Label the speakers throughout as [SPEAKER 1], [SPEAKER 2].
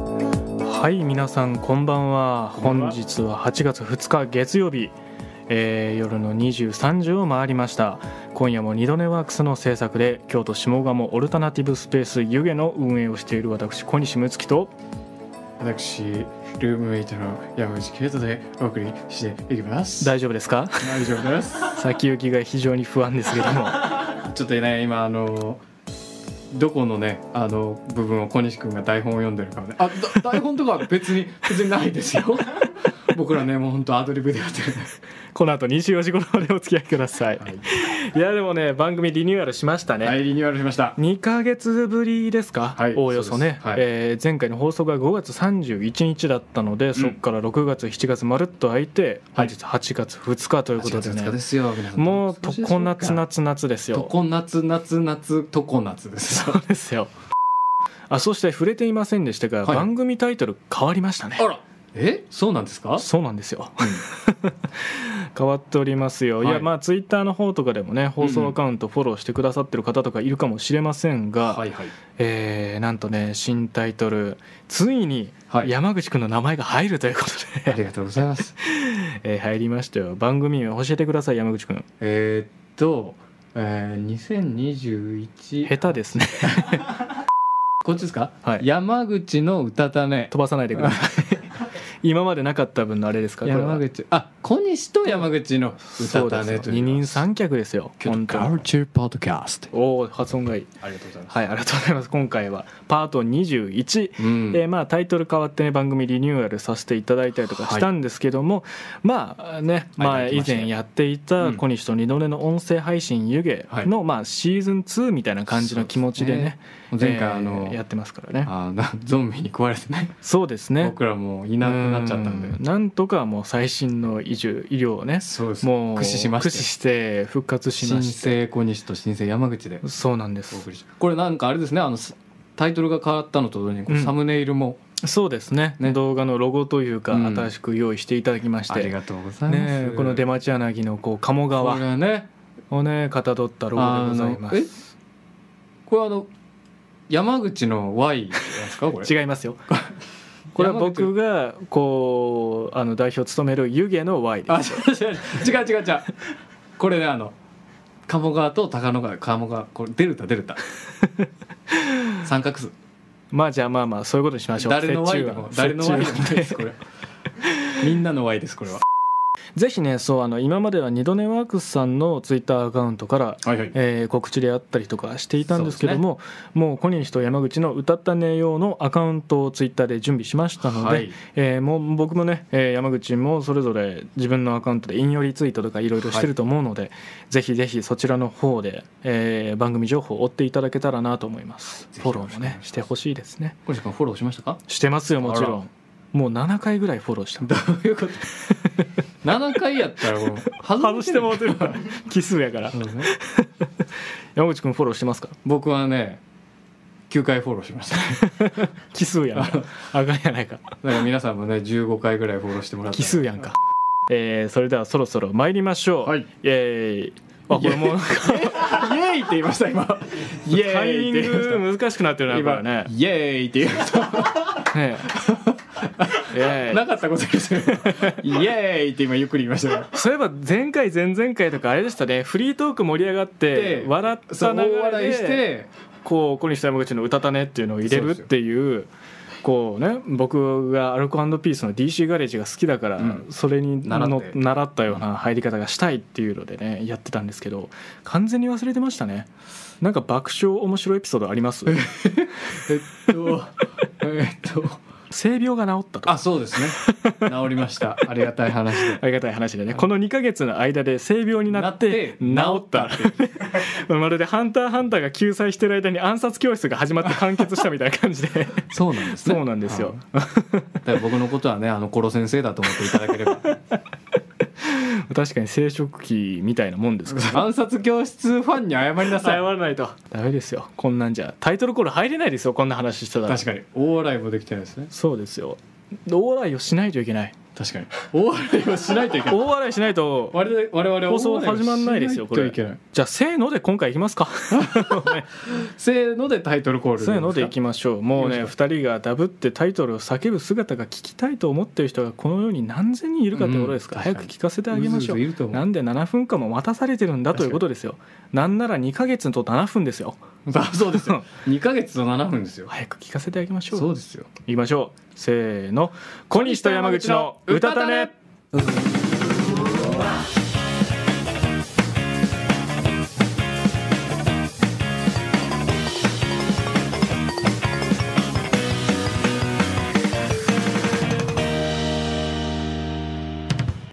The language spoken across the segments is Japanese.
[SPEAKER 1] はい皆さんこんばんは
[SPEAKER 2] こんば
[SPEAKER 1] 本
[SPEAKER 2] んは
[SPEAKER 1] 日は8月2日月曜日、えー夜の23時を回りました今夜も二度寝ワークスの制作で京都下鴨オルタナティブスペース湯気の運営をしている私小西睦月と
[SPEAKER 2] 私ルームメイトの山口圭人でお送りしていきます
[SPEAKER 1] 大丈夫ですか
[SPEAKER 2] 大丈夫です
[SPEAKER 1] 先行きが非常に不安ですけども
[SPEAKER 2] ちょっとね今あのどこのねあの部分を小西君が台本を読んでるかもねあだ台本とかは別に別にないですよ僕らねもう本当アドリブでやってる
[SPEAKER 1] この後24時頃までお付き合いください、
[SPEAKER 2] はい
[SPEAKER 1] い、やでもね番組リニューアルしましたね、
[SPEAKER 2] はいリニューアルしました
[SPEAKER 1] 2ヶ月ぶりですか、
[SPEAKER 2] はい
[SPEAKER 1] おおよそね、
[SPEAKER 2] そうですはい
[SPEAKER 1] えー前回の放送が5月31日だったので、そこから6月7月まるっと空いて
[SPEAKER 2] は
[SPEAKER 1] 本
[SPEAKER 2] い
[SPEAKER 1] 日8月2日ということで
[SPEAKER 2] 8
[SPEAKER 1] ね
[SPEAKER 2] 月2日ですよ皆さん
[SPEAKER 1] もう
[SPEAKER 2] ど
[SPEAKER 1] 常
[SPEAKER 2] しでしょか
[SPEAKER 1] 夏夏夏です
[SPEAKER 2] と
[SPEAKER 1] よ
[SPEAKER 2] こ夏夏夏とこ夏です
[SPEAKER 1] そうですよあそして触れていませんでしたが、
[SPEAKER 2] はい
[SPEAKER 1] 番組タイトル変わりましたね
[SPEAKER 2] あらえそうなんですか
[SPEAKER 1] そうなんですよ 変わっておりますよ、い、
[SPEAKER 2] は
[SPEAKER 1] や
[SPEAKER 2] い
[SPEAKER 1] まあツイッターの方とかでもね放送アカウントフォローしてくださってる方とかいるかもしれませんが、
[SPEAKER 2] はいはい
[SPEAKER 1] えーなんとね新タイトルついに
[SPEAKER 2] はい
[SPEAKER 1] 山口くんの名前が入るということ
[SPEAKER 2] あ
[SPEAKER 1] で、
[SPEAKER 2] りがとうございます
[SPEAKER 1] えー入りましたよ番組名教えてください山口くん
[SPEAKER 2] えーっと、えー、2021
[SPEAKER 1] 下手ですね
[SPEAKER 2] こっちですか、
[SPEAKER 1] はい
[SPEAKER 2] 山口の歌だね
[SPEAKER 1] 飛ばさないでくだ さい今までなかった分のあれですかこれは
[SPEAKER 2] 山口あ小西と山口の
[SPEAKER 1] そ
[SPEAKER 2] 歌
[SPEAKER 1] うで
[SPEAKER 2] だ
[SPEAKER 1] す
[SPEAKER 2] ね
[SPEAKER 1] よ
[SPEAKER 2] と
[SPEAKER 1] 二
[SPEAKER 2] いう
[SPEAKER 1] 人三脚ですよ
[SPEAKER 2] 京
[SPEAKER 1] 本
[SPEAKER 2] 都
[SPEAKER 1] 当
[SPEAKER 2] カ
[SPEAKER 1] に
[SPEAKER 2] ルチャーポッドキャスト
[SPEAKER 1] おお発音がいい
[SPEAKER 2] ありがとうございます、
[SPEAKER 1] はいありがとうございます今回はパート21
[SPEAKER 2] うん
[SPEAKER 1] えーまあ、タイトル変わってね番組リニューアルさせていただいたりとかしたんですけども、まあね、まあ、
[SPEAKER 2] いただき
[SPEAKER 1] 以
[SPEAKER 2] まして
[SPEAKER 1] 前やっていうた
[SPEAKER 2] ん
[SPEAKER 1] 小西と二度寝の音声配信湯気の、まあ、シーズン2みたいな感じの気持ちでね
[SPEAKER 2] そうですね前回
[SPEAKER 1] えー
[SPEAKER 2] あの、
[SPEAKER 1] やってますからね
[SPEAKER 2] あなゾンビに食われてね
[SPEAKER 1] そうですね
[SPEAKER 2] 僕らもういなくなっちゃったんで
[SPEAKER 1] うんなんとかもう最新の医療医療をね
[SPEAKER 2] そうです
[SPEAKER 1] もう
[SPEAKER 2] 駆使しました
[SPEAKER 1] 駆使して復活しま
[SPEAKER 2] 新
[SPEAKER 1] して
[SPEAKER 2] 生小西と新生山口で
[SPEAKER 1] そうなんで
[SPEAKER 2] お
[SPEAKER 1] す
[SPEAKER 2] 送りしこれなんかあれですねあのすタイトルが変わったのと同時にこう
[SPEAKER 1] うん
[SPEAKER 2] サムネイルも、
[SPEAKER 1] そうですね
[SPEAKER 2] ね
[SPEAKER 1] 動画のロゴというか、
[SPEAKER 2] うん
[SPEAKER 1] 新しく用意していただきまし
[SPEAKER 2] あり
[SPEAKER 1] て
[SPEAKER 2] がとうございます、
[SPEAKER 1] ねこの出町柳のこう鴨
[SPEAKER 2] こ
[SPEAKER 1] 川
[SPEAKER 2] れはね
[SPEAKER 1] をねかたどったロゴでございま
[SPEAKER 2] あのえ
[SPEAKER 1] す
[SPEAKER 2] これあの山口の Y なんですかこ れ
[SPEAKER 1] 違いますよこれは僕がこうあの代表を務める湯気の Y で
[SPEAKER 2] あ
[SPEAKER 1] す
[SPEAKER 2] 違う違う違う違う違う違うこれねあの鴨川と高野川鴨川これデルタデルタ 三角数
[SPEAKER 1] まあじゃあまあまあそういうことにしましょう
[SPEAKER 2] 誰の
[SPEAKER 1] 折
[SPEAKER 2] Y で
[SPEAKER 1] 衷
[SPEAKER 2] も
[SPEAKER 1] 案
[SPEAKER 2] 誰の Y で
[SPEAKER 1] 折
[SPEAKER 2] も
[SPEAKER 1] 衷
[SPEAKER 2] な
[SPEAKER 1] 案
[SPEAKER 2] いですこれみんなの Y ですこれは
[SPEAKER 1] ぜひねそうあの今までは二度寝ワークスさんのツイッターアカウントから、
[SPEAKER 2] はいはい
[SPEAKER 1] えー告知であったりとかしていたんですけども、もう小西と山口の歌ったね用のアカウントをツイッターで準備しましたので、
[SPEAKER 2] はい
[SPEAKER 1] えーもう僕もね、えー山口もそれぞれ自分のアカウントで引用リツイートとかいろいろしてると思うので、ぜひぜひそちらの方で、えー番組情報を追っていただけたらなと思います
[SPEAKER 2] ぜひ
[SPEAKER 1] フ
[SPEAKER 2] よ
[SPEAKER 1] ォロ
[SPEAKER 2] ろしく
[SPEAKER 1] ー
[SPEAKER 2] お
[SPEAKER 1] も
[SPEAKER 2] 願い
[SPEAKER 1] ね
[SPEAKER 2] します
[SPEAKER 1] してほしいですね
[SPEAKER 2] 小西君フォローしましたか
[SPEAKER 1] してますよもちろ
[SPEAKER 2] あ
[SPEAKER 1] んもう7回ぐらいフォローした
[SPEAKER 2] どういうこと7回やったらもう
[SPEAKER 1] 外してもうてる か
[SPEAKER 2] か
[SPEAKER 1] らら奇数やから山口君フォローしてますか
[SPEAKER 2] 僕はね9回フォローしました
[SPEAKER 1] 奇数やんかあかんやないか
[SPEAKER 2] だから皆さんもね15回ぐらいフォローしてもらって
[SPEAKER 1] 奇数やんかえーそれではそろそろ参りましょう、
[SPEAKER 2] はい
[SPEAKER 1] えーあこれもうなんか
[SPEAKER 2] イエーイって言いました今
[SPEAKER 1] イエーイタイミ
[SPEAKER 2] って言いました
[SPEAKER 1] ング難しくなってるなこれね
[SPEAKER 2] 今イエーイって言いました
[SPEAKER 1] ねえええ
[SPEAKER 2] なかったことですよイエーイって今ゆっくり言いましたね
[SPEAKER 1] そういえば前回前々回とかあれでしたねフリートーク盛り上がって
[SPEAKER 2] で
[SPEAKER 1] 笑った
[SPEAKER 2] そう
[SPEAKER 1] 流れで
[SPEAKER 2] 大笑いして
[SPEAKER 1] こう小西山口の「歌たね」っていうのを入れるっていうこうね僕がアルコピースの DC ガレージが好きだから、
[SPEAKER 2] うん
[SPEAKER 1] それに
[SPEAKER 2] 習って
[SPEAKER 1] の習ったような入り方がしたいっていうのでねやってたんですけど完全に忘れてましたねなんか爆笑面白いエピソードあり ます
[SPEAKER 2] えっとえっと
[SPEAKER 1] 性病が治ったと
[SPEAKER 2] あそうですね治りましたありがたい話で
[SPEAKER 1] ありがたい話でねこの2ヶ月の間で性病になって治った
[SPEAKER 2] 治ってい う
[SPEAKER 1] まるで「ハンターハンター」が救済してる間に暗殺教室が始まって完結したみたいな感じで
[SPEAKER 2] そうなんですね
[SPEAKER 1] そうなんですよ
[SPEAKER 2] はいだから僕のことはねあのコロ先生だと思っていただければ
[SPEAKER 1] 確かに生殖器みたいなもんです から
[SPEAKER 2] 暗殺教室ファンに謝りなさ
[SPEAKER 1] 謝
[SPEAKER 2] い
[SPEAKER 1] らないとダメですよこんなんじゃタイトルコール入れないですよこんな話してたら
[SPEAKER 2] 確かに大笑いもできてないですね
[SPEAKER 1] そうですよお笑いをしないといけない
[SPEAKER 2] 確かに大笑いはしないといけない
[SPEAKER 1] 大笑いしないと
[SPEAKER 2] 我々我々は
[SPEAKER 1] 放送始まんないですよ
[SPEAKER 2] 大笑い
[SPEAKER 1] これ
[SPEAKER 2] をしないといけない
[SPEAKER 1] じゃあせーので今回いき ますかね
[SPEAKER 2] せーのでタイトルコール
[SPEAKER 1] せーのでいきましょうもうね
[SPEAKER 2] よろ
[SPEAKER 1] 2人がダブってタイトルを叫ぶ姿が聞きたいと思ってる人がこの世に何千人いるかってことですか
[SPEAKER 2] うん
[SPEAKER 1] ら、早く聞かせてあげましょう
[SPEAKER 2] ずずいると思
[SPEAKER 1] な
[SPEAKER 2] うん
[SPEAKER 1] で7分間も待たされてるんだということですよなんなら2ヶ月と7分ですよ
[SPEAKER 2] あ そうですよ2ヶ月と7分ですよ
[SPEAKER 1] 早く聞かせてあげましょう
[SPEAKER 2] そうですよ
[SPEAKER 1] いきましょうせーの小西と山口の歌たね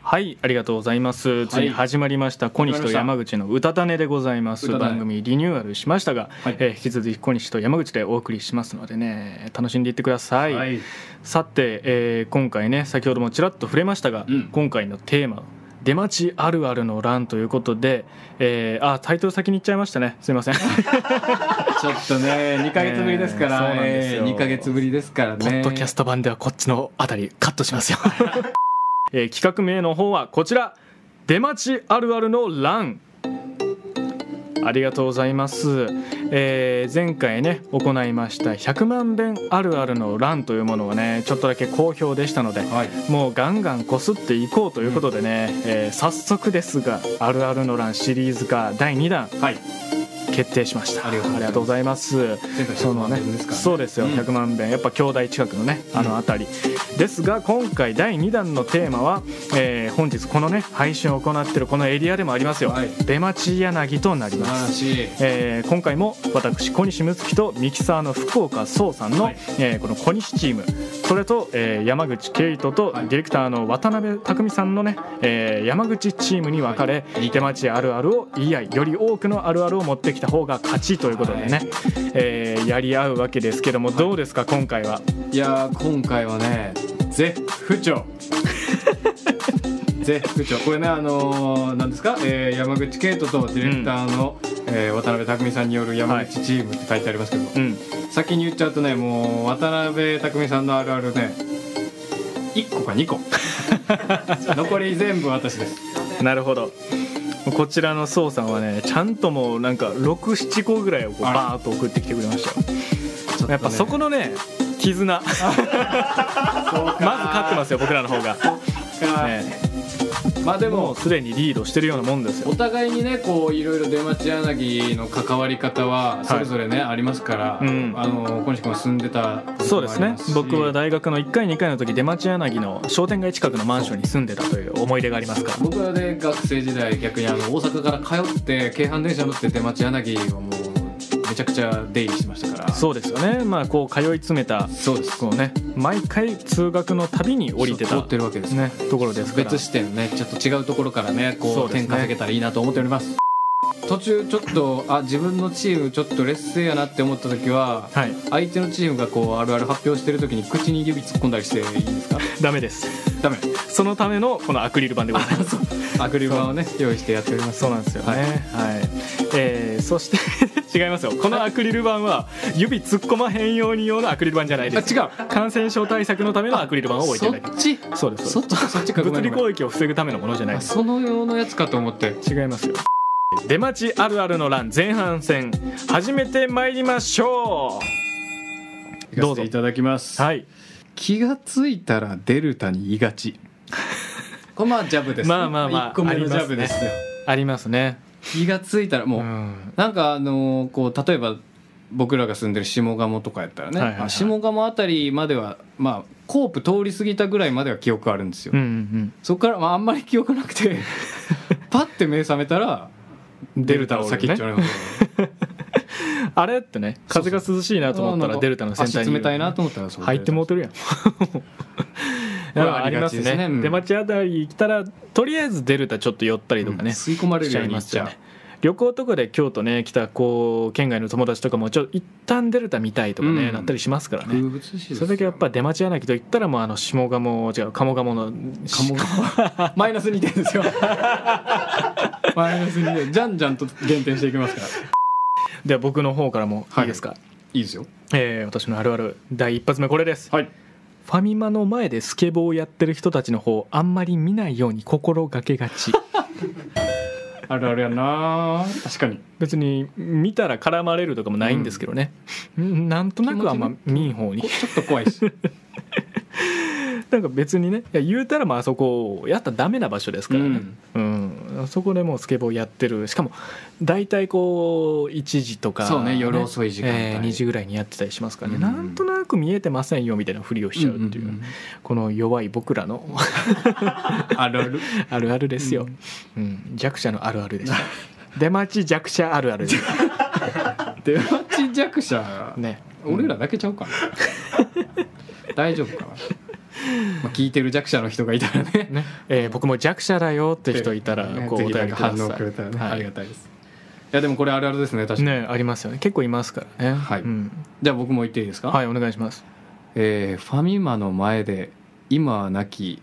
[SPEAKER 1] はいありがとうございますついに始まりました、小西と山口の歌たねでございます
[SPEAKER 2] 歌種
[SPEAKER 1] 番組リニューアルしましたが、
[SPEAKER 2] はい
[SPEAKER 1] えー引き続き小西と山口でお送りしますのでね楽しんでいってください、
[SPEAKER 2] い
[SPEAKER 1] さて、えー今回ね先ほどもちらっと触れましたが、
[SPEAKER 2] うん
[SPEAKER 1] 今回のテーマ「出待ちあるあるの欄」ということで、えーあタイトル先に言っちゃいましたねすいません
[SPEAKER 2] ちょっと ね2ヶ月ぶりですか
[SPEAKER 1] ねえそう
[SPEAKER 2] ら
[SPEAKER 1] なんです
[SPEAKER 2] え
[SPEAKER 1] よ
[SPEAKER 2] ー2ヶ月ぶりですからね
[SPEAKER 1] ポッドキャスト版ではこっちのあたりカットしますよ、 えー企画名の方はこちら「出待ちあるあるの欄」ありがとうございます、えー前回ね行いました100万遍あるあるの欄というものがねちょっとだけ好評でしたので、
[SPEAKER 2] はい
[SPEAKER 1] もうガンガンこすっていこうということでね、えー早速ですが「あるあるの欄」シリーズ化第2弾
[SPEAKER 2] はい
[SPEAKER 1] 決定しました
[SPEAKER 2] ありがとうございます
[SPEAKER 1] います
[SPEAKER 2] 前回
[SPEAKER 1] そのね
[SPEAKER 2] 100ですからね
[SPEAKER 1] そうですよ、
[SPEAKER 2] うん
[SPEAKER 1] 100万遍やっぱ兄弟近くのねあの辺り、ですが今回第2弾のテーマは、えー本日このね配信を行ってるこのエリアでもありますよ、
[SPEAKER 2] はい
[SPEAKER 1] 出町柳となり
[SPEAKER 2] 素
[SPEAKER 1] ま
[SPEAKER 2] 晴ら
[SPEAKER 1] す
[SPEAKER 2] しい
[SPEAKER 1] えー今回も私小西睦月とミキサーの福岡壮さんの、
[SPEAKER 2] はい
[SPEAKER 1] えーこの小西チームそれと、えー山口圭人とデ
[SPEAKER 2] はい
[SPEAKER 1] ィレクターの渡辺匠さんのね、えー山口チームに分かれ、
[SPEAKER 2] はい
[SPEAKER 1] 手町あるあるを言い合いより多くのあるあるを持ってきた方が勝ちということでね、
[SPEAKER 2] はい
[SPEAKER 1] えーやり合うわけですけどもどうですか今回は。
[SPEAKER 2] いやー今回はね絶不 調絶不調これねあのー、なんですか、えー山口圭人とディレクターの、えー渡辺匠さんによる山口チームって書いてありますけど、
[SPEAKER 1] うん、
[SPEAKER 2] 先に言っちゃうとねもう渡辺匠さんのあるあるね1個か2個 残り全部私です
[SPEAKER 1] なるほどこちらの壮さんはねちゃんともうなんか67個ぐらいをこう
[SPEAKER 2] あら
[SPEAKER 1] バーッと送ってきてくれましたよ
[SPEAKER 2] ちょとね
[SPEAKER 1] やっぱそこのね絆
[SPEAKER 2] そうか
[SPEAKER 1] まず勝ってますよ僕らの方が、
[SPEAKER 2] そっか
[SPEAKER 1] ね、
[SPEAKER 2] まあで
[SPEAKER 1] も
[SPEAKER 2] も
[SPEAKER 1] うすでにリードしてるようなもんですよ
[SPEAKER 2] お互いにねこういろいろ出町柳の関わり方はそれぞれね、ありますから、
[SPEAKER 1] うん
[SPEAKER 2] あの小西君は住んでた
[SPEAKER 1] そうですね僕は
[SPEAKER 2] だ
[SPEAKER 1] 大学の1回2回の時出町柳の商店街近くのマンションに住んでたという思い出がありますから
[SPEAKER 2] 僕はね学生時代逆にあの大阪から通って京阪電車乗って出町柳をもうめちゃくちゃ出入りしてましたから
[SPEAKER 1] そうですよねまあこう通い詰めた
[SPEAKER 2] そうです
[SPEAKER 1] こうね毎回通学の旅に降りて
[SPEAKER 2] そ
[SPEAKER 1] た
[SPEAKER 2] う通ってるわけですね
[SPEAKER 1] ねところですから
[SPEAKER 2] 別視点ねちょっと違うところからね
[SPEAKER 1] そ
[SPEAKER 2] こ
[SPEAKER 1] う
[SPEAKER 2] う
[SPEAKER 1] ですね
[SPEAKER 2] 点稼げたらいいなと思っております途中ちょっとあ自分のチームちょっと劣勢やなって思った時は
[SPEAKER 1] はい
[SPEAKER 2] 相手のチームがこうあるある発表してる時に口に指突っ込んだりしていいですか
[SPEAKER 1] ダメです
[SPEAKER 2] ダメ
[SPEAKER 1] そのためのこのアクリル板でございます
[SPEAKER 2] アクリル板をね用意してやっております
[SPEAKER 1] そうなんですよね。は
[SPEAKER 2] はい
[SPEAKER 1] い。えーそして 違いますよ。このアクリル板は指突っ込まへんように用のアクリル板じゃない
[SPEAKER 2] あ
[SPEAKER 1] です。
[SPEAKER 2] 違う
[SPEAKER 1] 感染症対策のためのアクリル板を置いて
[SPEAKER 2] そ
[SPEAKER 1] る
[SPEAKER 2] っ
[SPEAKER 1] だけ。
[SPEAKER 2] ち
[SPEAKER 1] そうです。
[SPEAKER 2] そ
[SPEAKER 1] そう
[SPEAKER 2] っちかそっち
[SPEAKER 1] で
[SPEAKER 2] か
[SPEAKER 1] す物理
[SPEAKER 2] ごめんごめん
[SPEAKER 1] 攻撃を防ぐためのものじゃない
[SPEAKER 2] あ
[SPEAKER 1] です。
[SPEAKER 2] その用のやつかと思って
[SPEAKER 1] 違いますよ。出待ちあるあるの欄前半戦始めてまいりましょどうぞ
[SPEAKER 2] いただきます
[SPEAKER 1] う。はい。
[SPEAKER 2] 気がついたらデルタに言いがちこれまあジャブです、
[SPEAKER 1] まあまあまあ
[SPEAKER 2] 1個目
[SPEAKER 1] あり
[SPEAKER 2] の
[SPEAKER 1] ま
[SPEAKER 2] ジ
[SPEAKER 1] すね
[SPEAKER 2] ャブですよ
[SPEAKER 1] ありますね。
[SPEAKER 2] 気がついたらもう、
[SPEAKER 1] うん。
[SPEAKER 2] なんかあのーこう例えば僕らが住んでる下鴨とかやったらね、
[SPEAKER 1] はいはいはい
[SPEAKER 2] あ下鴨あたりまではまあコープ通り過ぎたぐらいまでは記憶あるんですよ、
[SPEAKER 1] うんうん
[SPEAKER 2] そこから、まあ、あんまり記憶な くてパッて目覚めた
[SPEAKER 1] うん。
[SPEAKER 2] らデルタの先っちょの方に
[SPEAKER 1] あれってね風が涼しいなと思ったらデルタの先端
[SPEAKER 2] 足
[SPEAKER 1] に
[SPEAKER 2] 冷たいなと思ったらそこ
[SPEAKER 1] 入ってもう てるやん
[SPEAKER 2] れ
[SPEAKER 1] いや
[SPEAKER 2] は
[SPEAKER 1] あ
[SPEAKER 2] あ
[SPEAKER 1] り
[SPEAKER 2] り
[SPEAKER 1] ま
[SPEAKER 2] が
[SPEAKER 1] す
[SPEAKER 2] ち
[SPEAKER 1] ね
[SPEAKER 2] ですねうん
[SPEAKER 1] 出町あたり来たらとりあえずデルタちょっと寄ったりとか
[SPEAKER 2] うん
[SPEAKER 1] ね、し
[SPEAKER 2] 吸い込まれる
[SPEAKER 1] ち
[SPEAKER 2] よ
[SPEAKER 1] ゃ
[SPEAKER 2] う
[SPEAKER 1] い
[SPEAKER 2] にい
[SPEAKER 1] ま
[SPEAKER 2] っ
[SPEAKER 1] す
[SPEAKER 2] ち
[SPEAKER 1] よ
[SPEAKER 2] ゃう
[SPEAKER 1] ね旅行とかで京都ね来たこう県外の友達とかもちょっと一旦デルタ見たいとかね、
[SPEAKER 2] うん
[SPEAKER 1] なったりしますからね、
[SPEAKER 2] 風物詩ですよ
[SPEAKER 1] それだけやっぱ出町柳と言ったらもうあの下鴨違う鴨鴨の
[SPEAKER 2] 鴨がマイナス2点で すよマイナス2点じゃんじゃんと減点していきますから
[SPEAKER 1] では僕の方からも
[SPEAKER 2] はい
[SPEAKER 1] いいですか、
[SPEAKER 2] いいですよ
[SPEAKER 1] えー私のあるある第一発目これです
[SPEAKER 2] はい
[SPEAKER 1] ファミマの前でスケボーをやってる人たちの方あんまり見ないように心がけが ち
[SPEAKER 2] あるあるやな確かに
[SPEAKER 1] 別に見たら絡まれるとかもないんですけどね、うんなんとなくあんま見ん方に
[SPEAKER 2] こちょっと怖いし
[SPEAKER 1] なんか別にねいや言うたらまああそこやったらダメな場所ですからね、うんそこでもうスケボーやってるしかも大体こう1時とか、
[SPEAKER 2] そうね夜遅い時間帯
[SPEAKER 1] えー2時ぐらいにやってたりしますからね、
[SPEAKER 2] うん
[SPEAKER 1] なんとなく見えてませんよみたいなふりをしちゃうっていう,、
[SPEAKER 2] んんん
[SPEAKER 1] この弱い僕らの
[SPEAKER 2] あるある
[SPEAKER 1] あるあるですよ、うん弱者のあるあるでした出待ち弱者あるあるです
[SPEAKER 2] 出待ち弱者、
[SPEAKER 1] ね
[SPEAKER 2] 俺らだけちゃうかな大丈夫かな、まあ、聞いてる弱者の人がいたらね
[SPEAKER 1] ね、えー僕も弱者だよって人いたら
[SPEAKER 2] ね
[SPEAKER 1] こうお
[SPEAKER 2] ぜひな
[SPEAKER 1] 便
[SPEAKER 2] ん
[SPEAKER 1] り
[SPEAKER 2] か
[SPEAKER 1] くだ
[SPEAKER 2] 反応
[SPEAKER 1] さ
[SPEAKER 2] くれたらね、
[SPEAKER 1] はい
[SPEAKER 2] ありがたいですいやでもこれあるあるですね確か
[SPEAKER 1] い
[SPEAKER 2] に、
[SPEAKER 1] ねありますよね結構いますからね
[SPEAKER 2] はい
[SPEAKER 1] うん
[SPEAKER 2] じゃあ僕も言っていいですか、
[SPEAKER 1] はいお願いします
[SPEAKER 2] えーファミマの前で今はなき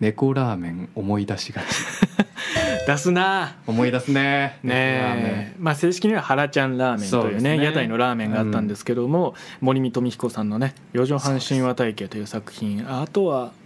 [SPEAKER 2] 猫ラーメン思い出 しがち
[SPEAKER 1] 出すな
[SPEAKER 2] 思い出すね
[SPEAKER 1] ねえまあ正式には「ハラちゃんラーメン」と
[SPEAKER 2] そう
[SPEAKER 1] い
[SPEAKER 2] で
[SPEAKER 1] う
[SPEAKER 2] す
[SPEAKER 1] ね
[SPEAKER 2] ね
[SPEAKER 1] 屋台のラーメンがあったんですけども、森見富彦さんのね「四畳半神話体系」という作品あとは「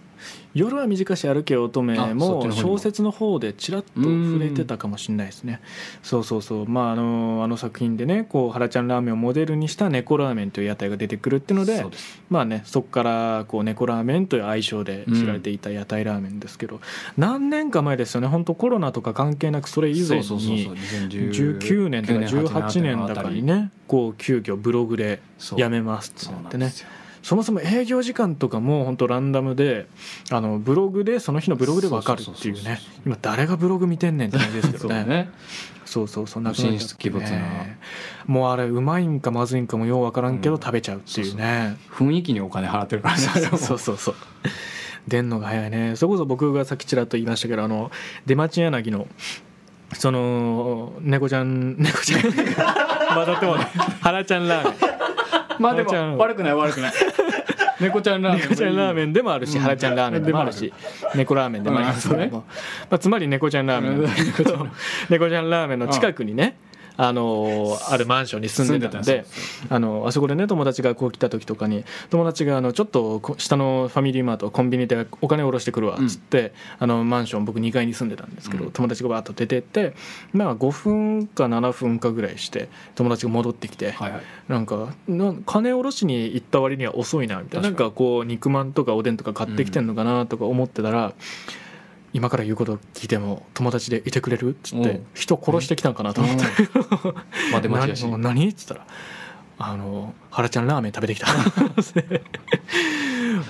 [SPEAKER 1] 夜は短し歩け乙女」
[SPEAKER 2] あそっち
[SPEAKER 1] も
[SPEAKER 2] の方にも
[SPEAKER 1] 小説の方でちらっと触れてたかもしれないですねそうそうそうまああのあの作品でねこう「ハラちゃんラーメン」をモデルにした「猫ラーメン」という屋台が出てくるっていうので
[SPEAKER 2] そうです
[SPEAKER 1] まあねそこからこう猫ラーメンという愛称で知られていた屋台ラーメンですけど、何年か前ですよね本当コロナとか関係なくそれ以前に
[SPEAKER 2] そうそうそうそう2019
[SPEAKER 1] 19年とか18年だからにねこう急遽ブログで
[SPEAKER 2] そう
[SPEAKER 1] やめますって
[SPEAKER 2] そう
[SPEAKER 1] な
[SPEAKER 2] な
[SPEAKER 1] っ
[SPEAKER 2] ん
[SPEAKER 1] て
[SPEAKER 2] で
[SPEAKER 1] ね
[SPEAKER 2] すよ
[SPEAKER 1] そもそも営業時間とかも本当ランダムであのブログでその日のブログで分かるっていう
[SPEAKER 2] そうそうそう
[SPEAKER 1] ね
[SPEAKER 2] そう
[SPEAKER 1] 今誰がブログ見てんねんって感じですけ
[SPEAKER 2] そ
[SPEAKER 1] ど
[SPEAKER 2] うだ
[SPEAKER 1] ね
[SPEAKER 2] ね
[SPEAKER 1] そうそうそうなくなっちゃって
[SPEAKER 2] 神出鬼没な
[SPEAKER 1] ねもうあれうまいんかまずいんかもよう分からんけど
[SPEAKER 2] うん
[SPEAKER 1] 食べちゃうっていうね
[SPEAKER 2] 雰囲気にお金払ってるからね
[SPEAKER 1] そうそうそうそう出んのが早いねそれこそ僕がさっきちらっと言いましたけどあの出町柳のその猫ちゃん猫ちゃん 混ざってもね原ちゃんラーメン
[SPEAKER 2] まあで
[SPEAKER 1] 猫ちゃん
[SPEAKER 2] も悪くない 悪くない猫ちゃんラーメン
[SPEAKER 1] 猫ちゃんラーメンでもあるし
[SPEAKER 2] うん
[SPEAKER 1] 原ちゃんラーメンでもあるし猫ラーメンでもありますけども
[SPEAKER 2] うんそう
[SPEAKER 1] まあ、つまり猫ちゃんラーメンなんですけ ど猫ちゃんラーメンの近くにねあのーあるマンションに住んでたん
[SPEAKER 2] 住んで
[SPEAKER 1] で
[SPEAKER 2] たんで
[SPEAKER 1] あのあそこでね友達がこう来た時とかに友達があのちょっとこ下のファミリーマートコンビニでお金を下ろしてくるわっつって、あのマンション僕2階に住んでたんですけど、
[SPEAKER 2] うん
[SPEAKER 1] 友達がバーッと出てってまあ5分か7分かぐらいして友達が戻ってきて、
[SPEAKER 2] はいはい
[SPEAKER 1] なんかなん金おろしに行った割には遅いなみたいななん
[SPEAKER 2] 確かに
[SPEAKER 1] かこう肉まんとかおでんとか買ってきてんのかなとか思ってたら、今から言うこと聞いても友達でいてくれるっつっ
[SPEAKER 2] お
[SPEAKER 1] て
[SPEAKER 2] う
[SPEAKER 1] 人殺してきたんかなと思って「
[SPEAKER 2] まあ出待ちやし
[SPEAKER 1] 何何?」っつったら「あの原ちゃんラーメン食べてきた」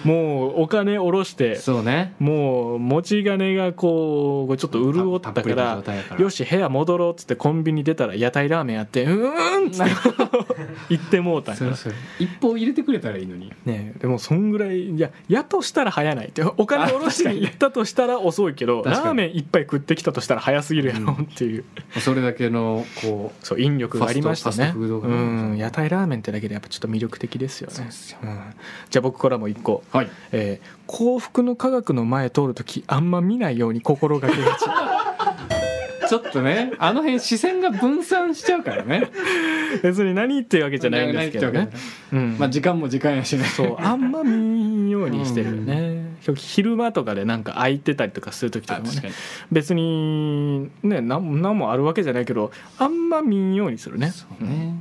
[SPEAKER 1] もうお金おろして
[SPEAKER 2] そうね
[SPEAKER 1] もう持ち金がこうちょっと潤った
[SPEAKER 2] ぷ
[SPEAKER 1] か
[SPEAKER 2] りの
[SPEAKER 1] ら
[SPEAKER 2] 状態やから
[SPEAKER 1] よし部屋戻ろうっつってコンビニ出たら屋台ラーメンやってうーんっつって行ってもうたん
[SPEAKER 2] そ
[SPEAKER 1] や
[SPEAKER 2] うそう一方入れてくれたらいいのに
[SPEAKER 1] ねえでもそんぐらいいややとしたら早ないってお金おろしに行ったとしたら遅いけど
[SPEAKER 2] 確か
[SPEAKER 1] ラ
[SPEAKER 2] に
[SPEAKER 1] ーメン一杯食ってきたとしたら早すぎるやろっていう、
[SPEAKER 2] それだけのこう
[SPEAKER 1] そう引力がありました
[SPEAKER 2] ファス
[SPEAKER 1] ね
[SPEAKER 2] トフードが
[SPEAKER 1] う
[SPEAKER 2] ね
[SPEAKER 1] ん屋台ラーメンってだけでやっぱちょっと魅力的ですよね
[SPEAKER 2] そうですよ
[SPEAKER 1] ん、じゃあ僕からも一個、
[SPEAKER 2] はい
[SPEAKER 1] えー幸福の科学の前通る時あんま見ないように心がけがち
[SPEAKER 2] ちょっとねあの辺視線が分散しちゃうからね
[SPEAKER 1] 別に何言ってるわけじゃないんですけど
[SPEAKER 2] なん
[SPEAKER 1] ね
[SPEAKER 2] か、
[SPEAKER 1] うん
[SPEAKER 2] まあ時間も時間やしね
[SPEAKER 1] そうあんま見んようにしてるよね、昼間とかでなんか空いてたりとかする時と
[SPEAKER 2] あ
[SPEAKER 1] かも
[SPEAKER 2] 確
[SPEAKER 1] ね
[SPEAKER 2] かに
[SPEAKER 1] 別にねなんなんもあるわけじゃないけどあんま見んようにするね
[SPEAKER 2] そうね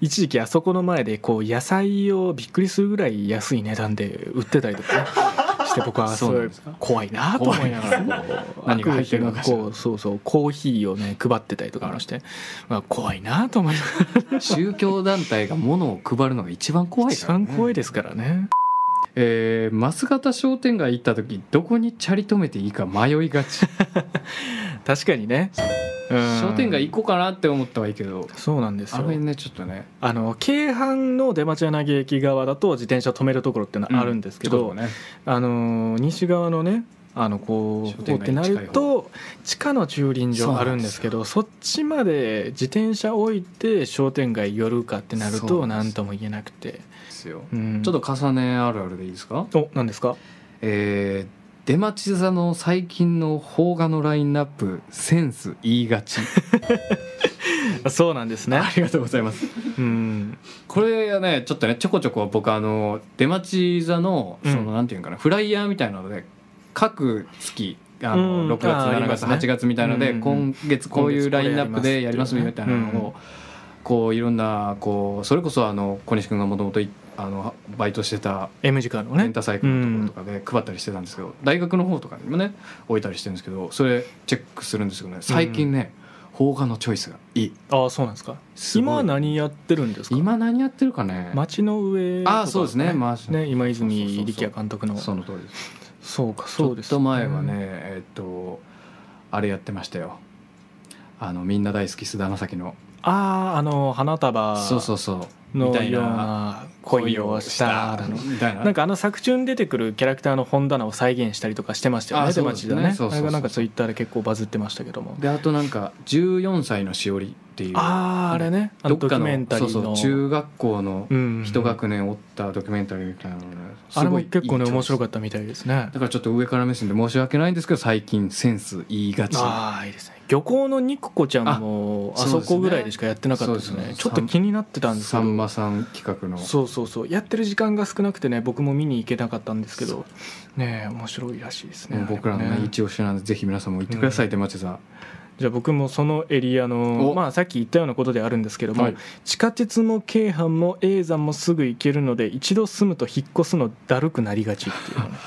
[SPEAKER 1] 一時期あそこの前でこう野菜をびっくりするぐらい安い値段で売ってたりとか ねして僕は
[SPEAKER 2] そう
[SPEAKER 1] そ
[SPEAKER 2] なん
[SPEAKER 1] れ
[SPEAKER 2] ですか
[SPEAKER 1] 怖いなと思いながらこう
[SPEAKER 2] 何が入ってるのかしら
[SPEAKER 1] こうそうそうコーヒーをね配ってたりとかもして、まあ、怖いなと思いながら
[SPEAKER 2] 宗教団体が物を配るのが一番怖い
[SPEAKER 1] 一
[SPEAKER 2] から、
[SPEAKER 1] 番
[SPEAKER 2] ね、
[SPEAKER 1] 怖いですからね
[SPEAKER 2] えー、増形商店街行った時どこにチャリ止めていいか迷いがち
[SPEAKER 1] 確かにねうん
[SPEAKER 2] 商店街行こうかなって思ったはいいけど
[SPEAKER 1] そうなんです
[SPEAKER 2] あ
[SPEAKER 1] よ
[SPEAKER 2] の辺ねちょっとね
[SPEAKER 1] あの京阪の出町柳駅側だと自転車止めるところっていうのはあるんですけど、
[SPEAKER 2] うんちょっとね
[SPEAKER 1] あのー西側のねあのこう
[SPEAKER 2] 商
[SPEAKER 1] こうっ
[SPEAKER 2] 店
[SPEAKER 1] て
[SPEAKER 2] 街
[SPEAKER 1] な
[SPEAKER 2] に近い方
[SPEAKER 1] ると地下の駐輪場あるんですけどそっちまで自転車置いて商店街寄るかってなる
[SPEAKER 2] そ
[SPEAKER 1] と
[SPEAKER 2] うなん
[SPEAKER 1] 何
[SPEAKER 2] です
[SPEAKER 1] とも言えなくて、
[SPEAKER 2] ですよ
[SPEAKER 1] うん
[SPEAKER 2] ちょっと重ねあるあるでいいですか
[SPEAKER 1] お何ですか
[SPEAKER 2] えー出町座の最近の邦画のラインナップセンス言いがち
[SPEAKER 1] そうなんですね
[SPEAKER 2] ありがとうございます
[SPEAKER 1] うん
[SPEAKER 2] これはねちょっとねちょこちょこ僕あの出町座のその、
[SPEAKER 1] うん
[SPEAKER 2] なんていうんかなフライヤーみたいなので各月あの、
[SPEAKER 1] うん
[SPEAKER 2] 6月
[SPEAKER 1] あーあり
[SPEAKER 2] 7
[SPEAKER 1] ま
[SPEAKER 2] 月、
[SPEAKER 1] すね
[SPEAKER 2] 8月みたいので、
[SPEAKER 1] うんうんうん
[SPEAKER 2] 今月こういうラインナップでやりますみ
[SPEAKER 1] 今月
[SPEAKER 2] た
[SPEAKER 1] こ
[SPEAKER 2] い
[SPEAKER 1] れ
[SPEAKER 2] な
[SPEAKER 1] やります
[SPEAKER 2] のを、こういろんなこうそれこそあの小西君がもともとバイトしてた
[SPEAKER 1] M 字架の
[SPEAKER 2] レ
[SPEAKER 1] ね
[SPEAKER 2] ンタサイクルのところとかで配ったりしてたんですけど、大学の方とかにもね置いたりしてるんですけどそれチェックするんですけどね最近ね、邦画のチョイスがいい
[SPEAKER 1] ああそうなんですか
[SPEAKER 2] すごい
[SPEAKER 1] 今何やってるんですか
[SPEAKER 2] 今何やってるかね、
[SPEAKER 1] 街の上とか
[SPEAKER 2] ああそうですねまあ
[SPEAKER 1] ね今
[SPEAKER 2] そうそうそうそ
[SPEAKER 1] 泉
[SPEAKER 2] う
[SPEAKER 1] 力也監督の
[SPEAKER 2] その通りです
[SPEAKER 1] そうかそうです
[SPEAKER 2] ちょっと前はね、えっとあれやってましたよあのみんな大好き菅田将暉の
[SPEAKER 1] あああの花束
[SPEAKER 2] そうそうそうみ
[SPEAKER 1] の
[SPEAKER 2] たい
[SPEAKER 1] よう
[SPEAKER 2] な
[SPEAKER 1] な恋をしただの
[SPEAKER 2] みたいな
[SPEAKER 1] なんかあの作中に出てくるキャラクターの本棚を再現したりとかしてましたよ
[SPEAKER 2] あ
[SPEAKER 1] ね出
[SPEAKER 2] そうで
[SPEAKER 1] 町
[SPEAKER 2] す
[SPEAKER 1] で
[SPEAKER 2] ね
[SPEAKER 1] ね
[SPEAKER 2] そうそうそう
[SPEAKER 1] あれがなんかツイッターで結構バズってましたけども
[SPEAKER 2] であとなんか14歳のしおりっていう
[SPEAKER 1] あああれねあの
[SPEAKER 2] ど
[SPEAKER 1] ド
[SPEAKER 2] っ
[SPEAKER 1] キ
[SPEAKER 2] か
[SPEAKER 1] ュ
[SPEAKER 2] の
[SPEAKER 1] メンタリーの
[SPEAKER 2] そうそう中学校の
[SPEAKER 1] うん
[SPEAKER 2] 一学年おったドキュメンタリーみたいなのねす
[SPEAKER 1] あれ
[SPEAKER 2] ご
[SPEAKER 1] も
[SPEAKER 2] い
[SPEAKER 1] 結構ね面白か
[SPEAKER 2] っ
[SPEAKER 1] ったみたいですね
[SPEAKER 2] だからちょっと上から目線で申し訳ないんですけど最近センス言いがち
[SPEAKER 1] ああいいですね漁港の肉子ちゃんも
[SPEAKER 2] あ
[SPEAKER 1] あ
[SPEAKER 2] そ
[SPEAKER 1] そ
[SPEAKER 2] うですね
[SPEAKER 1] こぐらいでしかやってなかったです
[SPEAKER 2] そうです
[SPEAKER 1] ね
[SPEAKER 2] ね
[SPEAKER 1] ちょっと気になってたんですけ
[SPEAKER 2] さ
[SPEAKER 1] ど
[SPEAKER 2] んまさん企画の
[SPEAKER 1] そうそうそうやってる時間が少なくてね僕も見に行けなかったんですけどねえ面白いらしいですね
[SPEAKER 2] 僕らの
[SPEAKER 1] あれも
[SPEAKER 2] ね
[SPEAKER 1] ね
[SPEAKER 2] 一押しなんでぜひ皆さんも行ってください出町さん
[SPEAKER 1] じゃあ僕もそのエリアの
[SPEAKER 2] お
[SPEAKER 1] まあさっき言ったようなことであるんですけども、
[SPEAKER 2] はい
[SPEAKER 1] 地下鉄も京阪も永山もすぐ行けるので一度住むと引っ越すのだるくなりがちっていうね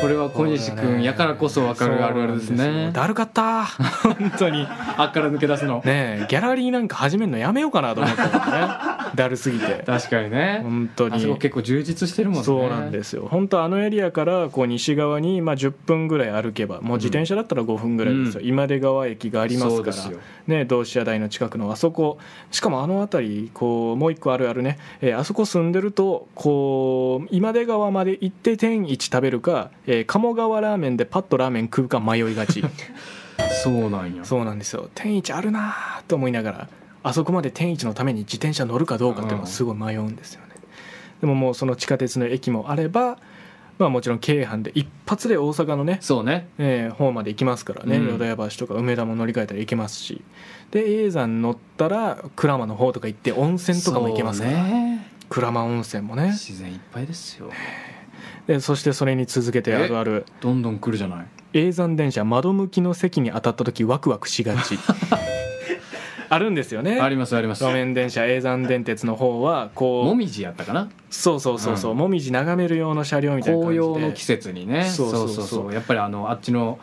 [SPEAKER 2] これは 小西君やからこそ分かるあるあるです
[SPEAKER 1] そうなん
[SPEAKER 2] ね
[SPEAKER 1] よだるかった本当にね
[SPEAKER 2] あっから抜け出すの
[SPEAKER 1] えギャラリーなんか始めるのやめようかなと思ったもんねだるす ぎて
[SPEAKER 2] 確かにね
[SPEAKER 1] 本当
[SPEAKER 2] あ
[SPEAKER 1] に
[SPEAKER 2] そこ結構充実してるもんね
[SPEAKER 1] そうなんですよ本当あのエリアからこう西側にまあ10分ぐらい歩けばもう自転車だったら5分ぐらいですよ、
[SPEAKER 2] うん
[SPEAKER 1] 今出川駅があ
[SPEAKER 2] あ
[SPEAKER 1] りますからね、同志社大の近くのあそこしかもあの辺りこうもう一個あるあるね、えーあそこ住んでるとこう今出川まで行って天一食べるか、えー鴨川ラーメンでパッとラーメン食うか迷いがち
[SPEAKER 2] そうなんや
[SPEAKER 1] そうなんですよ天一あるなーと思いながらあそこまで天一のために自転車乗るかどうかっていうのはすごい迷うんですよね、でももうその地下鉄の駅もあればまあもちろん京阪で一発で大阪のね
[SPEAKER 2] そうね
[SPEAKER 1] えー方まで行きますからね
[SPEAKER 2] うん
[SPEAKER 1] 淀屋橋とか梅田も乗り換えたら行けますしで永山乗ったら鞍馬の方とか行って温泉とかも行けます
[SPEAKER 2] そう
[SPEAKER 1] から
[SPEAKER 2] ね
[SPEAKER 1] 鞍馬温泉もね
[SPEAKER 2] 自然いっぱいですよ
[SPEAKER 1] でそしてそれに続けてあるある
[SPEAKER 2] どんどん来るじゃない
[SPEAKER 1] 永山電車窓向きの席に当たった時ワクワクしが ちあるんですよ
[SPEAKER 2] あ
[SPEAKER 1] ね
[SPEAKER 2] りますあります
[SPEAKER 1] 路面電車永山電鉄の方は
[SPEAKER 2] も
[SPEAKER 1] こう
[SPEAKER 2] みじやったかな
[SPEAKER 1] そうそうそうそううんもみじ眺める用の車両みたいな感
[SPEAKER 2] 紅
[SPEAKER 1] じで
[SPEAKER 2] 葉の季節にね
[SPEAKER 1] そうそうそう
[SPEAKER 2] やっぱりあのあっちの